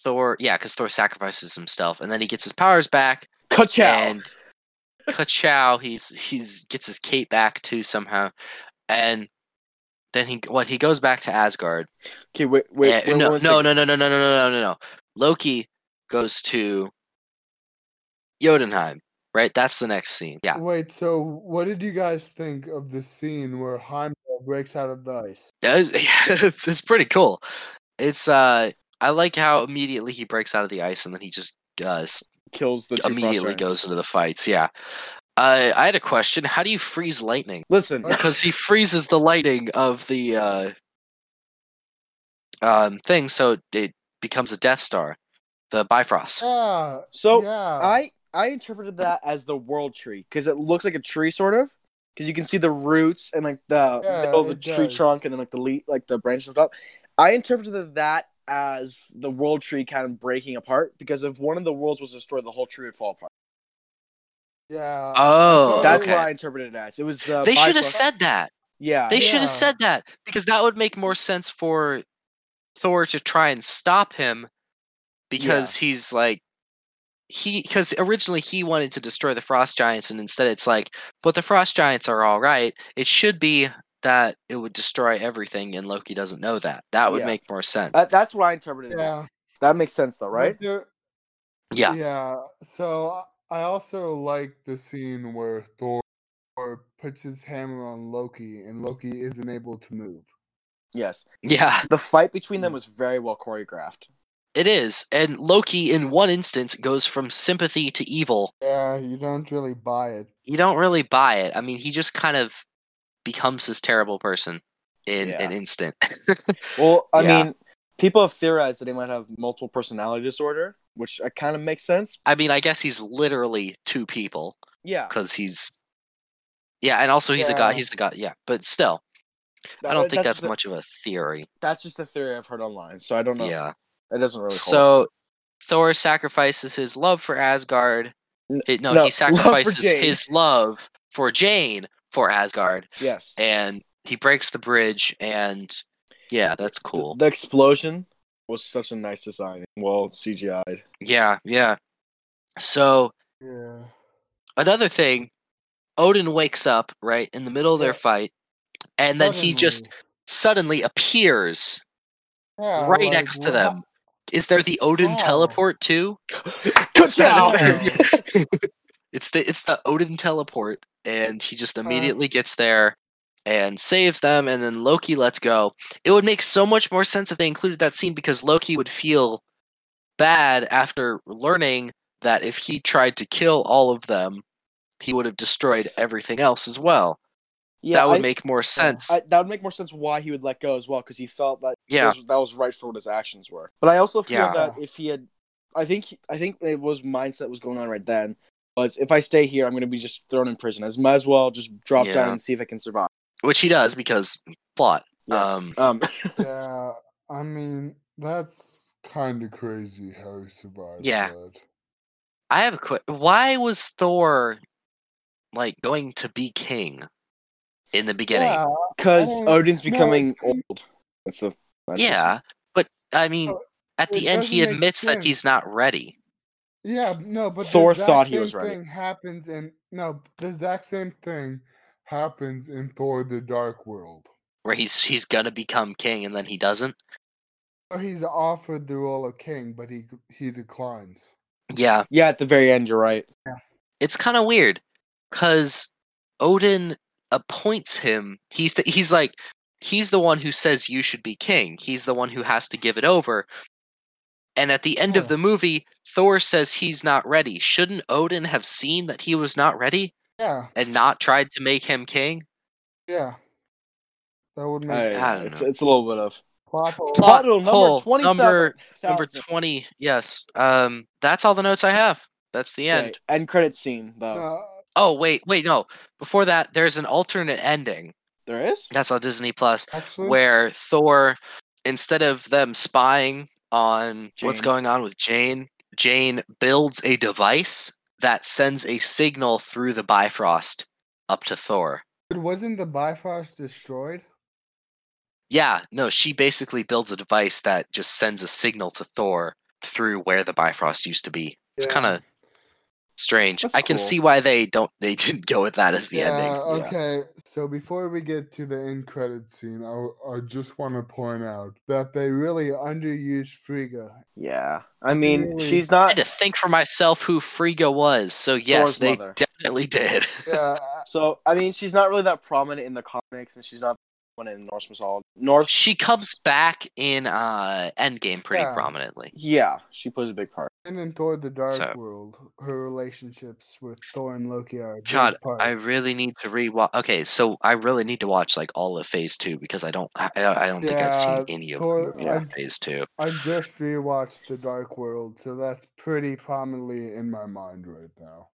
[SPEAKER 1] Thor yeah, because Thor sacrifices himself and then he gets his powers back
[SPEAKER 2] Ka-chow.
[SPEAKER 1] and ka-chow, he's he's gets his cape back too somehow. And then he what he goes back to Asgard.
[SPEAKER 2] Okay, wait, wait.
[SPEAKER 1] Eh,
[SPEAKER 2] wait
[SPEAKER 1] no,
[SPEAKER 2] one
[SPEAKER 1] no,
[SPEAKER 2] second.
[SPEAKER 1] no, no, no, no, no, no, no, no. Loki goes to Jotunheim, right? That's the next scene.
[SPEAKER 2] Mm.
[SPEAKER 1] Yeah.
[SPEAKER 3] Wait, so what did you guys think of the scene where Heimdall breaks out of the ice?
[SPEAKER 1] That was, it's pretty cool. It's uh, I like how immediately he breaks out of the ice and then he just uh, s-
[SPEAKER 2] Kills the two
[SPEAKER 1] immediately
[SPEAKER 2] Frost Giants.
[SPEAKER 1] goes into the fights. Yeah. Uh, I had a question. How do you freeze lightning?
[SPEAKER 2] Listen,
[SPEAKER 1] Because he freezes the lightning of the uh, um thing, so it becomes a Death Star, the Bifrost.
[SPEAKER 3] Ah, Yeah.
[SPEAKER 2] so
[SPEAKER 3] yeah.
[SPEAKER 2] I I interpreted that as the world tree because it looks like a tree, sort of, because you can see the roots and like the
[SPEAKER 3] Yeah,
[SPEAKER 2] middle of the
[SPEAKER 3] it
[SPEAKER 2] tree
[SPEAKER 3] does.
[SPEAKER 2] trunk and then like the le- like the branches on top. I interpreted that as the world tree kind of breaking apart because if one of the worlds was destroyed, the whole tree would fall apart.
[SPEAKER 3] Yeah.
[SPEAKER 1] Oh,
[SPEAKER 2] That's
[SPEAKER 1] okay.
[SPEAKER 2] what I interpreted it as. It was the
[SPEAKER 1] They should have
[SPEAKER 2] Bifrost-
[SPEAKER 1] said that.
[SPEAKER 2] yeah.
[SPEAKER 1] They should
[SPEAKER 3] Yeah.
[SPEAKER 1] have said that because that would make more sense for Thor to try and stop him because he's like he because originally he wanted to destroy the frost giants and instead it's like but the frost giants are all right it should be that it would destroy everything and loki doesn't know that that would
[SPEAKER 2] Yeah.
[SPEAKER 1] make more sense
[SPEAKER 2] That- that's what I interpreted it. as.
[SPEAKER 3] yeah.
[SPEAKER 2] That makes sense though,
[SPEAKER 3] but
[SPEAKER 2] right?
[SPEAKER 3] there-
[SPEAKER 1] yeah
[SPEAKER 3] Yeah. So I also like the scene where Thor puts his hammer on Loki and Loki isn't able to move.
[SPEAKER 1] Mm-hmm.
[SPEAKER 2] Yes.
[SPEAKER 1] yeah
[SPEAKER 2] The fight between them was very well choreographed.
[SPEAKER 1] it is and loki in one instance goes from sympathy to evil
[SPEAKER 3] Yeah, you don't really buy it.
[SPEAKER 1] you don't really buy it. I mean, he just kind of becomes this terrible person in
[SPEAKER 2] Yeah.
[SPEAKER 1] an instant.
[SPEAKER 2] Well, I
[SPEAKER 1] Yeah.
[SPEAKER 2] mean, people have theorized that he might have multiple personality disorder, which uh, kind of makes sense.
[SPEAKER 1] I mean, I guess he's literally two people
[SPEAKER 2] Yeah.
[SPEAKER 1] because he's yeah, and also he's a god.
[SPEAKER 3] Yeah.
[SPEAKER 1] He's the god. Yeah, but still, I
[SPEAKER 2] that-
[SPEAKER 1] don't think that's,
[SPEAKER 2] the-
[SPEAKER 1] much of a theory.
[SPEAKER 2] That's just a theory I've heard online, so I don't know.
[SPEAKER 1] Yeah.
[SPEAKER 2] It doesn't really. hold.
[SPEAKER 1] So Thor sacrifices his love for Asgard.
[SPEAKER 2] N-
[SPEAKER 1] It- no, he
[SPEAKER 2] no, love for
[SPEAKER 1] sacrifices
[SPEAKER 2] Jane.
[SPEAKER 1] his love for Jane for Asgard,
[SPEAKER 2] yes.
[SPEAKER 1] and he breaks the bridge. And yeah, that's cool.
[SPEAKER 2] The explosion was such a nice design. Well, CGI'd.
[SPEAKER 1] Yeah, yeah. So
[SPEAKER 3] Yeah.
[SPEAKER 1] another thing, Odin wakes up right in the middle of their
[SPEAKER 3] Yeah.
[SPEAKER 1] fight, and then he just suddenly appears
[SPEAKER 3] Suddenly. Yeah,
[SPEAKER 1] right
[SPEAKER 3] Oh, like,
[SPEAKER 1] next to
[SPEAKER 3] what
[SPEAKER 1] them. Is there the Odin
[SPEAKER 3] Wow.
[SPEAKER 1] teleport too?
[SPEAKER 2] Ka-chow!
[SPEAKER 1] It's the it's the Odin teleport, and he just
[SPEAKER 3] Uh.
[SPEAKER 2] Uh-huh.
[SPEAKER 1] immediately gets there and saves them, and then Loki lets go. It would make so much more sense if they included that scene because Loki would feel bad after learning that if he tried to kill all of them, he would have destroyed everything else as well.
[SPEAKER 2] Yeah,
[SPEAKER 1] that would
[SPEAKER 2] I-
[SPEAKER 1] make more sense.
[SPEAKER 2] I, that would make more sense why he would let go as well, because he felt that
[SPEAKER 1] yeah,
[SPEAKER 2] those- that was right for what his actions were. But I also feel
[SPEAKER 1] Yeah.
[SPEAKER 2] that if he had, I think I think it was mindset was going on right then. Was if I stay here, I'm going to be just thrown in prison. As might as well just drop
[SPEAKER 1] Yeah.
[SPEAKER 2] down and see if I can survive.
[SPEAKER 1] which he does because plot.
[SPEAKER 2] Yes.
[SPEAKER 1] Um,
[SPEAKER 2] um,
[SPEAKER 3] Yeah, I mean that's kind of crazy how he survived.
[SPEAKER 1] Yeah.
[SPEAKER 3] that.
[SPEAKER 1] I have a quick. Why was Thor like going to be king in the beginning?
[SPEAKER 3] Yeah,
[SPEAKER 2] because
[SPEAKER 1] Oh,
[SPEAKER 3] I don't-
[SPEAKER 2] Odin's
[SPEAKER 3] no,
[SPEAKER 2] becoming
[SPEAKER 3] I mean-
[SPEAKER 2] old. That's the that's just-
[SPEAKER 1] Yeah, but I mean,
[SPEAKER 3] So,
[SPEAKER 1] at
[SPEAKER 3] it
[SPEAKER 1] the end, he
[SPEAKER 3] doesn't make
[SPEAKER 1] admits that
[SPEAKER 3] sense.
[SPEAKER 1] he's not ready.
[SPEAKER 3] yeah, no, but the
[SPEAKER 2] Thor
[SPEAKER 3] exact
[SPEAKER 2] thought he
[SPEAKER 3] same
[SPEAKER 2] was right.
[SPEAKER 3] Thing happens in no, the exact same thing happens in Thor: The Dark World,
[SPEAKER 1] Where he's he's gonna become king, and then he doesn't.
[SPEAKER 3] where he's offered the role of king, but he he declines.
[SPEAKER 1] Yeah,
[SPEAKER 2] yeah. At the very end, you're right.
[SPEAKER 1] it's kind of weird, cause Odin appoints him. He th- he's like he's the one who says you should be king. He's the one who has to give it over. And at the end of
[SPEAKER 3] Yeah.
[SPEAKER 1] the movie, Thor says he's not ready. Shouldn't Odin have seen that he was not ready
[SPEAKER 3] Yeah,
[SPEAKER 1] and not tried to make him king?
[SPEAKER 3] yeah, that would make
[SPEAKER 2] I-
[SPEAKER 1] I don't
[SPEAKER 2] it's
[SPEAKER 1] know.
[SPEAKER 2] it's a little bit of
[SPEAKER 3] plot hole.
[SPEAKER 1] Plot
[SPEAKER 2] Puddle number
[SPEAKER 1] hole
[SPEAKER 2] 27.
[SPEAKER 1] number- Number
[SPEAKER 2] Thousand.
[SPEAKER 1] 20 yes um that's all the notes i have that's the end
[SPEAKER 2] Okay, end credit scene though.
[SPEAKER 3] No,
[SPEAKER 1] oh wait wait no before that there's an alternate ending
[SPEAKER 2] There is.
[SPEAKER 1] that's on disney plus
[SPEAKER 2] Hmm.
[SPEAKER 3] actually,
[SPEAKER 1] where thor instead of them spying on what's
[SPEAKER 2] Jane.
[SPEAKER 1] going on with jane jane builds a device that sends a signal through the bifrost up to thor
[SPEAKER 3] But wasn't the Bifrost destroyed?
[SPEAKER 1] yeah no she basically builds a device that just sends a signal to thor through where the bifrost used to be it's
[SPEAKER 3] Yeah.
[SPEAKER 1] kind of strange.
[SPEAKER 2] That's
[SPEAKER 1] I can
[SPEAKER 2] cool.
[SPEAKER 1] see why they don't they didn't go with that as the ending.
[SPEAKER 2] yeah.
[SPEAKER 3] Okay, so before we get to the end credit scene, I, I just want to point out that they really underused Frigga.
[SPEAKER 2] Yeah. I mean,
[SPEAKER 3] Really?
[SPEAKER 2] she's
[SPEAKER 1] I
[SPEAKER 2] not.
[SPEAKER 1] had to think for myself who Frigga was. So yes,
[SPEAKER 2] Thor's
[SPEAKER 1] they
[SPEAKER 2] mother.
[SPEAKER 1] definitely did.
[SPEAKER 3] Yeah,
[SPEAKER 2] So I mean, she's not really that prominent in the comics, and she's not one in Norse mythology. Norse.
[SPEAKER 1] She comes back in uh Endgame pretty
[SPEAKER 3] Yeah.
[SPEAKER 1] prominently.
[SPEAKER 2] Yeah, she plays a big part.
[SPEAKER 3] And in Thor: The Dark
[SPEAKER 1] So-
[SPEAKER 3] World, her relationships with Thor and Loki are a big
[SPEAKER 1] God,
[SPEAKER 3] part.
[SPEAKER 1] I really need to rewatch. Okay, so I really need to watch like all of Phase Two because I don't, I, I don't think I've
[SPEAKER 3] Yeah,
[SPEAKER 1] seen any of
[SPEAKER 3] Thor-
[SPEAKER 1] the movie
[SPEAKER 3] I-
[SPEAKER 1] on Phase Two.
[SPEAKER 3] I just rewatched The Dark World, so that's pretty prominently in my mind right now.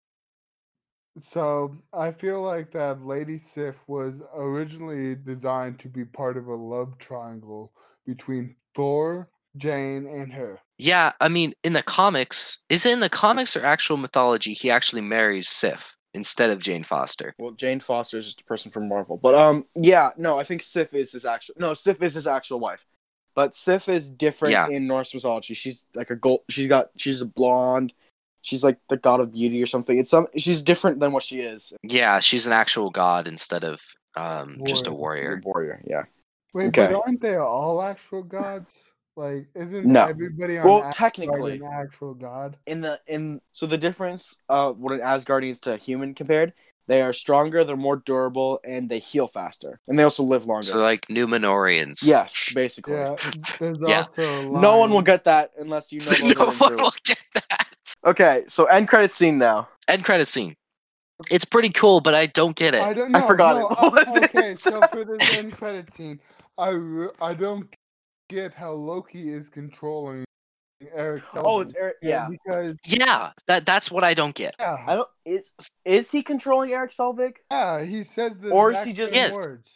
[SPEAKER 3] So I feel like that Lady Sif was originally designed to be part of a love triangle between Thor, Jane, and her.
[SPEAKER 1] Yeah, I mean, in the comics, is it in the comics or actual mythology? He actually marries Sif instead of Jane Foster.
[SPEAKER 2] Well, Jane Foster is just a person from Marvel, but um, yeah, no, I think Sif is his actual. No, Sif is his actual wife, but Sif is different
[SPEAKER 1] Yeah.
[SPEAKER 2] in Norse mythology. She's like a gold. She's got. She's a blonde. She's like the god of beauty or something. It's some. She's different than what she is.
[SPEAKER 1] Yeah, she's an actual god instead of um, just a warrior.
[SPEAKER 2] The warrior. Yeah.
[SPEAKER 3] Wait,
[SPEAKER 2] Okay.
[SPEAKER 3] but aren't they all actual gods? Like, isn't
[SPEAKER 2] No.
[SPEAKER 3] everybody on
[SPEAKER 2] Well,
[SPEAKER 3] Asgard
[SPEAKER 2] technically,
[SPEAKER 3] an actual god?
[SPEAKER 2] in the in so the difference of what an Asgardian's to a human compared, they are stronger, they're more durable, and they heal faster, and they also live longer.
[SPEAKER 1] So like Numenorians.
[SPEAKER 2] yes, basically.
[SPEAKER 3] Yeah, there's
[SPEAKER 1] Yeah.
[SPEAKER 3] also a
[SPEAKER 2] No one will
[SPEAKER 3] lion.
[SPEAKER 2] get that unless you know.
[SPEAKER 1] no
[SPEAKER 2] Logan
[SPEAKER 1] one
[SPEAKER 2] Drew.
[SPEAKER 1] will get that.
[SPEAKER 2] Okay, so end credit scene now.
[SPEAKER 1] End credit scene. It's pretty cool, but I don't get it.
[SPEAKER 3] I don't
[SPEAKER 2] I
[SPEAKER 3] know.
[SPEAKER 2] forgot
[SPEAKER 3] no,
[SPEAKER 2] it.
[SPEAKER 3] I-
[SPEAKER 2] What was it?
[SPEAKER 3] okay, so for this end credit scene, I, re- I don't get how Loki is controlling Eric.
[SPEAKER 2] Oh, it's Eric. Yeah,
[SPEAKER 3] Because
[SPEAKER 1] Yeah, that that's what I don't get.
[SPEAKER 2] I
[SPEAKER 3] yeah,
[SPEAKER 2] don't. Is is he controlling Eric Selvig?
[SPEAKER 3] yeah, he says the
[SPEAKER 2] Or is he
[SPEAKER 3] exact
[SPEAKER 2] just-
[SPEAKER 3] same
[SPEAKER 1] Yes.
[SPEAKER 3] words.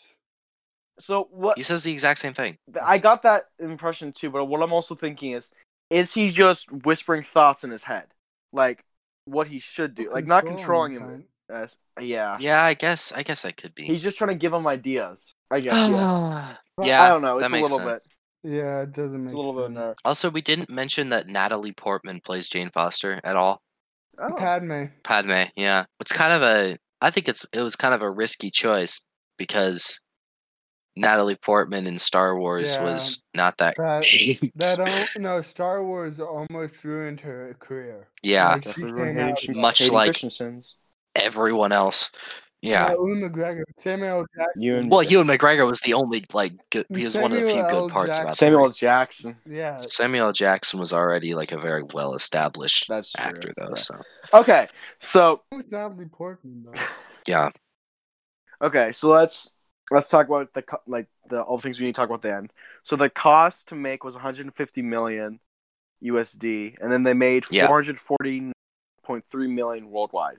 [SPEAKER 2] So what?
[SPEAKER 1] He says the exact same thing.
[SPEAKER 2] I got that impression too, but what I'm also thinking is, is he just whispering thoughts in his head, like what he should do, like not controlling him?
[SPEAKER 3] Controlling
[SPEAKER 2] As, yeah.
[SPEAKER 1] Yeah, I guess I guess that could be.
[SPEAKER 2] Ah. He's just trying to give him ideas. I guess. yeah.
[SPEAKER 3] But
[SPEAKER 1] yeah.
[SPEAKER 2] I don't know.
[SPEAKER 1] that
[SPEAKER 2] It's a
[SPEAKER 1] makes
[SPEAKER 2] little
[SPEAKER 1] sense.
[SPEAKER 2] bit.
[SPEAKER 3] Yeah, it doesn't make
[SPEAKER 2] It's a little bit.
[SPEAKER 3] sense.
[SPEAKER 2] Ner-
[SPEAKER 1] Also, we didn't mention that Natalie Portman plays Jane Foster at all.
[SPEAKER 2] I don't know.
[SPEAKER 3] Padme.
[SPEAKER 1] Padme, yeah. It's kind of a I think it's it was kind of a risky choice because Natalie Portman in Star Wars
[SPEAKER 3] Yeah.
[SPEAKER 1] was not that
[SPEAKER 3] That,
[SPEAKER 1] great.
[SPEAKER 3] that uh, al- no, Star Wars almost ruined her career.
[SPEAKER 1] yeah,
[SPEAKER 3] Like, she
[SPEAKER 2] Definitely
[SPEAKER 3] came
[SPEAKER 2] ruined
[SPEAKER 3] out
[SPEAKER 2] Hayden-
[SPEAKER 1] Much
[SPEAKER 2] Hayden
[SPEAKER 1] like-
[SPEAKER 2] Christensen's.
[SPEAKER 1] everyone else. Yeah.
[SPEAKER 3] Yeah, Ewan McGregor, Samuel Jackson.
[SPEAKER 2] You and
[SPEAKER 1] Well, Ewan McGregor was the only like good, he was one of the few
[SPEAKER 3] Samuel L.
[SPEAKER 1] good parts about the
[SPEAKER 2] Samuel Jackson.
[SPEAKER 3] Yeah,
[SPEAKER 1] Samuel L. Jackson was already like a very well established
[SPEAKER 2] That's true.
[SPEAKER 1] actor though,
[SPEAKER 2] Yeah.
[SPEAKER 1] so
[SPEAKER 2] Okay, so
[SPEAKER 3] with Natalie Portman though.
[SPEAKER 1] yeah.
[SPEAKER 2] okay, so let's let's talk about the co- like the all the things we need to talk about then. So the cost to make was 150 million USD, and then they made
[SPEAKER 1] Yeah.
[SPEAKER 2] 440.3 million worldwide.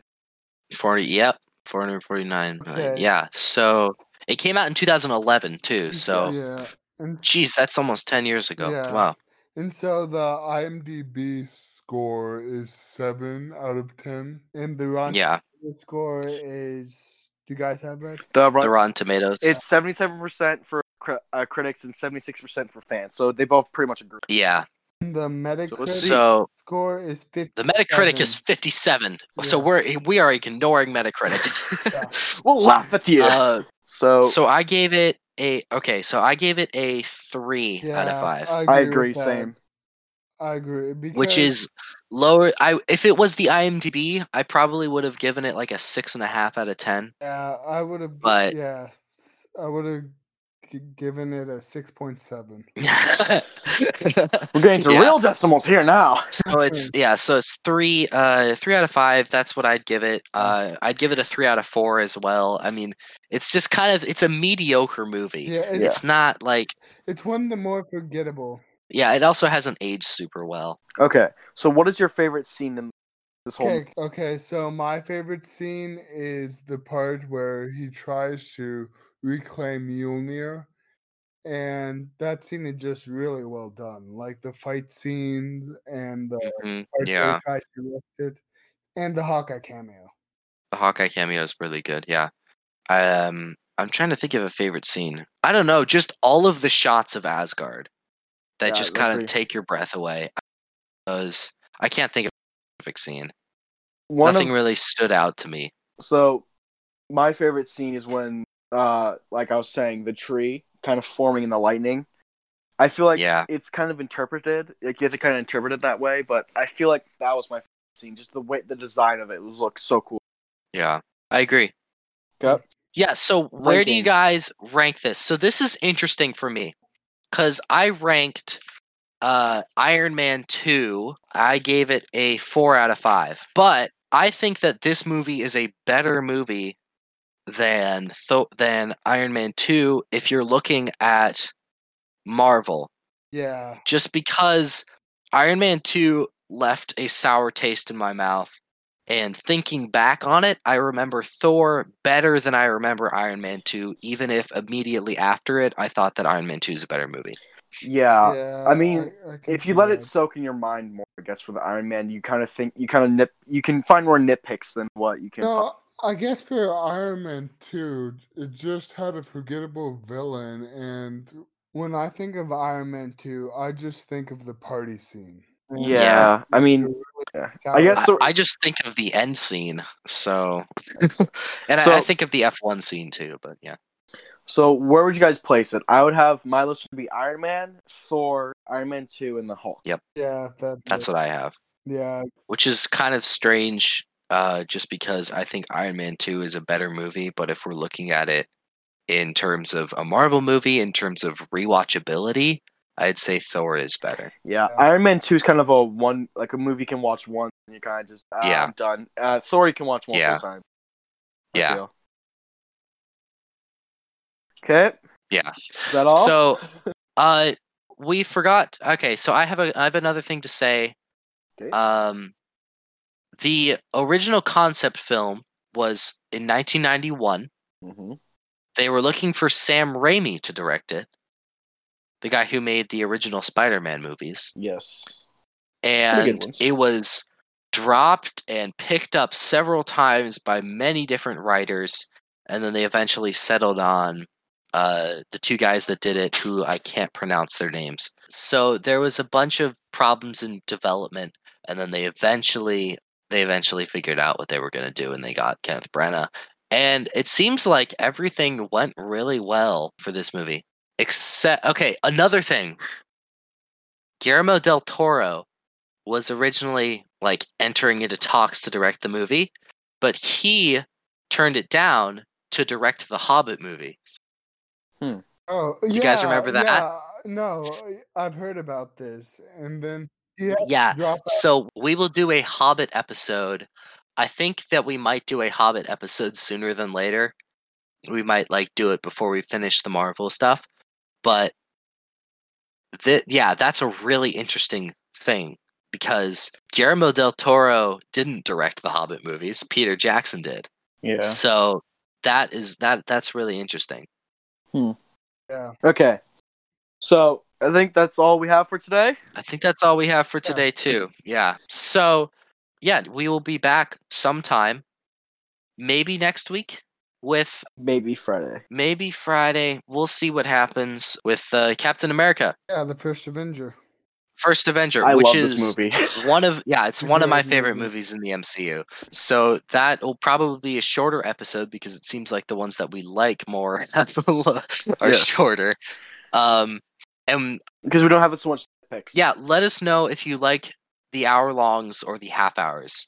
[SPEAKER 1] Forty yep, four hundred forty nine million.
[SPEAKER 3] Okay.
[SPEAKER 1] Yeah. So it came out in two thousand eleven too, so
[SPEAKER 3] yeah, and
[SPEAKER 1] Jeez, that's almost 10 years ago.
[SPEAKER 3] Yeah.
[SPEAKER 1] Wow.
[SPEAKER 3] And so the IMDb score is seven out of ten, and the Rotten
[SPEAKER 1] Yeah.
[SPEAKER 3] Tomatoes score is. Do you guys have that?
[SPEAKER 2] The, run-
[SPEAKER 1] The Rotten Tomatoes.
[SPEAKER 2] it's 77 percent for cri- uh, critics and 76 percent for fans. So they both pretty much agree.
[SPEAKER 1] yeah.
[SPEAKER 3] And the Metacritic
[SPEAKER 1] So
[SPEAKER 3] score is fifty.
[SPEAKER 1] the Metacritic is 57. So
[SPEAKER 3] Yeah.
[SPEAKER 1] we're we are ignoring Metacritic.
[SPEAKER 2] We'll laugh at you.
[SPEAKER 1] uh,
[SPEAKER 2] so
[SPEAKER 1] so I gave it a okay, so I gave it a 3 out of 5,
[SPEAKER 2] I
[SPEAKER 3] with
[SPEAKER 2] agree.
[SPEAKER 3] that.
[SPEAKER 2] Same.
[SPEAKER 3] I agree. Because,
[SPEAKER 1] which is lower I if it was the IMDb, I probably would have given it like a six and a half out of 10.
[SPEAKER 3] yeah, I would have.
[SPEAKER 1] but-
[SPEAKER 3] yeah, s- I would have g- given it a six point seven.
[SPEAKER 2] We're getting to
[SPEAKER 1] Yeah.
[SPEAKER 2] real decimals here now.
[SPEAKER 1] so it's yeah so it's three uh three out of five that's what i'd give it uh i'd give it a three out of four as well i mean it's just kind of it's a mediocre movie
[SPEAKER 3] Yeah, it's,
[SPEAKER 1] it's not like
[SPEAKER 3] it's one of the more forgettable.
[SPEAKER 1] yeah it also hasn't aged super well
[SPEAKER 2] Okay, so what is your favorite scene in this whole?
[SPEAKER 3] Okay, okay, so my favorite scene is the part where he tries to reclaim Mjolnir. And that scene is just really well done. Like the fight scenes and the
[SPEAKER 2] Mm,
[SPEAKER 1] Mhm,
[SPEAKER 3] part where
[SPEAKER 1] yeah
[SPEAKER 3] he tries to lift it, and the Hawkeye cameo.
[SPEAKER 1] the hawkeye cameo is really good yeah um i'm trying to think of a favorite scene i don't know just all of the shots of asgard that
[SPEAKER 2] Yeah,
[SPEAKER 1] just
[SPEAKER 2] they're
[SPEAKER 1] kind of
[SPEAKER 2] pretty-
[SPEAKER 1] take your breath away those i can't think of a specific scene
[SPEAKER 2] One
[SPEAKER 1] nothing
[SPEAKER 2] of-
[SPEAKER 1] really stood out to me
[SPEAKER 2] So, my favorite scene is when, uh, like I was saying, the tree kind of forming in the lightning. I feel like
[SPEAKER 1] yeah
[SPEAKER 2] it's kind of interpreted. Like you have to kind of interpret it that way, but I feel like that was my favorite scene. Just the way the design of it was looked so cool.
[SPEAKER 1] Yeah, I agree.
[SPEAKER 2] Okay.
[SPEAKER 1] Yeah, so where do you
[SPEAKER 2] Ranking.
[SPEAKER 1] guys rank this? So this is interesting for me cuz I ranked uh Iron Man 2. I gave it a 4 out of 5. But I think that this movie is a better movie than Tho- than Iron Man 2 if you're looking at Marvel
[SPEAKER 3] Yeah.
[SPEAKER 1] just because Iron Man 2 left a sour taste in my mouth. And thinking back on it, I remember Thor better than I remember Iron Man 2, even if immediately after it, I thought that Iron Man 2 is a better movie.
[SPEAKER 2] Yeah.
[SPEAKER 3] yeah.
[SPEAKER 2] Uh, I mean,
[SPEAKER 3] I can
[SPEAKER 2] If you
[SPEAKER 3] see
[SPEAKER 2] let it
[SPEAKER 3] that.
[SPEAKER 2] soak in your mind more, I guess, for the Iron Man, you kind of think, you kind of nip, you can find more nitpicks than what you can find.
[SPEAKER 3] No, I guess for Iron Man 2, it just had a forgettable villain. And when I think of Iron Man 2, I just think of the party scene.
[SPEAKER 2] Yeah.
[SPEAKER 1] Yeah.
[SPEAKER 2] I mean, I guess
[SPEAKER 1] I,
[SPEAKER 2] So-
[SPEAKER 1] I just think of the end scene, so. and I, I
[SPEAKER 2] So-
[SPEAKER 1] think of the F1 scene too, but yeah.
[SPEAKER 2] so where would you guys place it? I would have my list would be Iron Man, Thor, Iron Man 2, and the Hulk.
[SPEAKER 3] Yeah, that,
[SPEAKER 1] That's what I have.
[SPEAKER 3] Yeah,
[SPEAKER 1] Which is kind of strange, uh, just because I think Iron Man 2 is a better movie, but if we're looking at it in terms of a Marvel movie, in terms of rewatchability, I'd say Thor is better.
[SPEAKER 2] Yeah,
[SPEAKER 3] Yeah.
[SPEAKER 2] Iron Man Two is kind of a one like a movie you can watch once and you kind of just ah,
[SPEAKER 1] Yeah.
[SPEAKER 2] I'm done. Uh, Thor you can watch multiple
[SPEAKER 1] Yeah.
[SPEAKER 2] times.
[SPEAKER 1] Yeah.
[SPEAKER 2] Okay.
[SPEAKER 1] Yeah.
[SPEAKER 2] Is that all?
[SPEAKER 1] So, uh, we forgot. Okay, so I have a I have another thing to say.
[SPEAKER 2] Okay.
[SPEAKER 1] Um, the original concept film was in 1991.
[SPEAKER 2] Mhm.
[SPEAKER 1] They were looking for Sam Raimi to direct it, the guy who made the original Spider-Man movies.
[SPEAKER 2] Yes. good
[SPEAKER 1] and
[SPEAKER 2] ones.
[SPEAKER 1] it was dropped and picked up several times by many different writers and then they eventually settled on uh, the two guys that did it who i can't pronounce their names so there was a bunch of problems in development and then they eventually they eventually figured out what they were going to do and they got kenneth branagh and it seems like everything went really well for this movie except okay another thing guillermo del toro was originally like entering into talks to direct the movie, but he turned it down to direct the Hobbit movie.
[SPEAKER 3] Oh,
[SPEAKER 1] you guys remember that?
[SPEAKER 3] Yeah. No, I- I've heard about this. And then yeah,
[SPEAKER 1] Yeah.
[SPEAKER 3] drop out.
[SPEAKER 1] So we will do a Hobbit episode. I think that we might do a Hobbit episode sooner than later. We might like do it before we finish the Marvel stuff, but th- yeah, that's a really interesting thing because Guillermo del Toro didn't direct the Hobbit movies. Peter Jackson did.
[SPEAKER 2] Yeah.
[SPEAKER 1] So that is that that's really interesting.
[SPEAKER 3] Yeah.
[SPEAKER 2] Okay. So I think that's all we have for today.
[SPEAKER 1] I think that's all we have for
[SPEAKER 3] Yeah.
[SPEAKER 1] today too. Yeah. So yeah, we will be back sometime. Maybe next week with
[SPEAKER 2] Maybe Friday.
[SPEAKER 1] maybe Friday. We'll see what happens with uh, Captain America,
[SPEAKER 3] Yeah, the first Avenger.
[SPEAKER 1] First Avenger,
[SPEAKER 2] I
[SPEAKER 1] which
[SPEAKER 2] love
[SPEAKER 1] is
[SPEAKER 2] this movie.
[SPEAKER 1] one of yeah, it's
[SPEAKER 3] It's a
[SPEAKER 1] one of my
[SPEAKER 3] great
[SPEAKER 1] favorite
[SPEAKER 3] movie.
[SPEAKER 1] movies in the MCU. So that will probably be a shorter episode because it seems like the ones that we like more are
[SPEAKER 2] Yes.
[SPEAKER 1] shorter. Um, and
[SPEAKER 2] Because we don't have so much picks.
[SPEAKER 1] yeah let us know if you like the hour longs or the half hours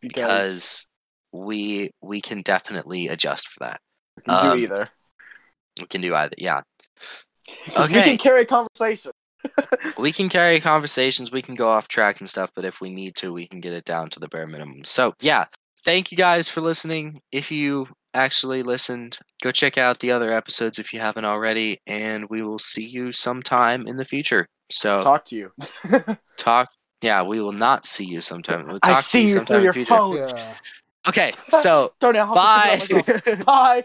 [SPEAKER 1] because we we can definitely adjust for that
[SPEAKER 2] we can
[SPEAKER 1] um,
[SPEAKER 2] do either.
[SPEAKER 1] we can do either yeah
[SPEAKER 2] 'Cause We
[SPEAKER 1] okay.
[SPEAKER 2] can carry a conversation.
[SPEAKER 1] we can carry conversations we can go off track and stuff but if we need to we can get it down to the bare minimum so yeah thank you guys for listening if you actually listened go check out the other episodes if you haven't already and we will see you sometime in the future so talk,
[SPEAKER 2] Talk to you.
[SPEAKER 1] yeah we will not see you sometime we'll
[SPEAKER 2] I
[SPEAKER 1] talk to
[SPEAKER 2] see you
[SPEAKER 1] sometime
[SPEAKER 2] through
[SPEAKER 1] in the
[SPEAKER 2] your
[SPEAKER 1] future.
[SPEAKER 2] phone.
[SPEAKER 3] Yeah.
[SPEAKER 1] okay so
[SPEAKER 2] Darn it, I'll have to figure it out
[SPEAKER 1] bye
[SPEAKER 2] myself. Bye.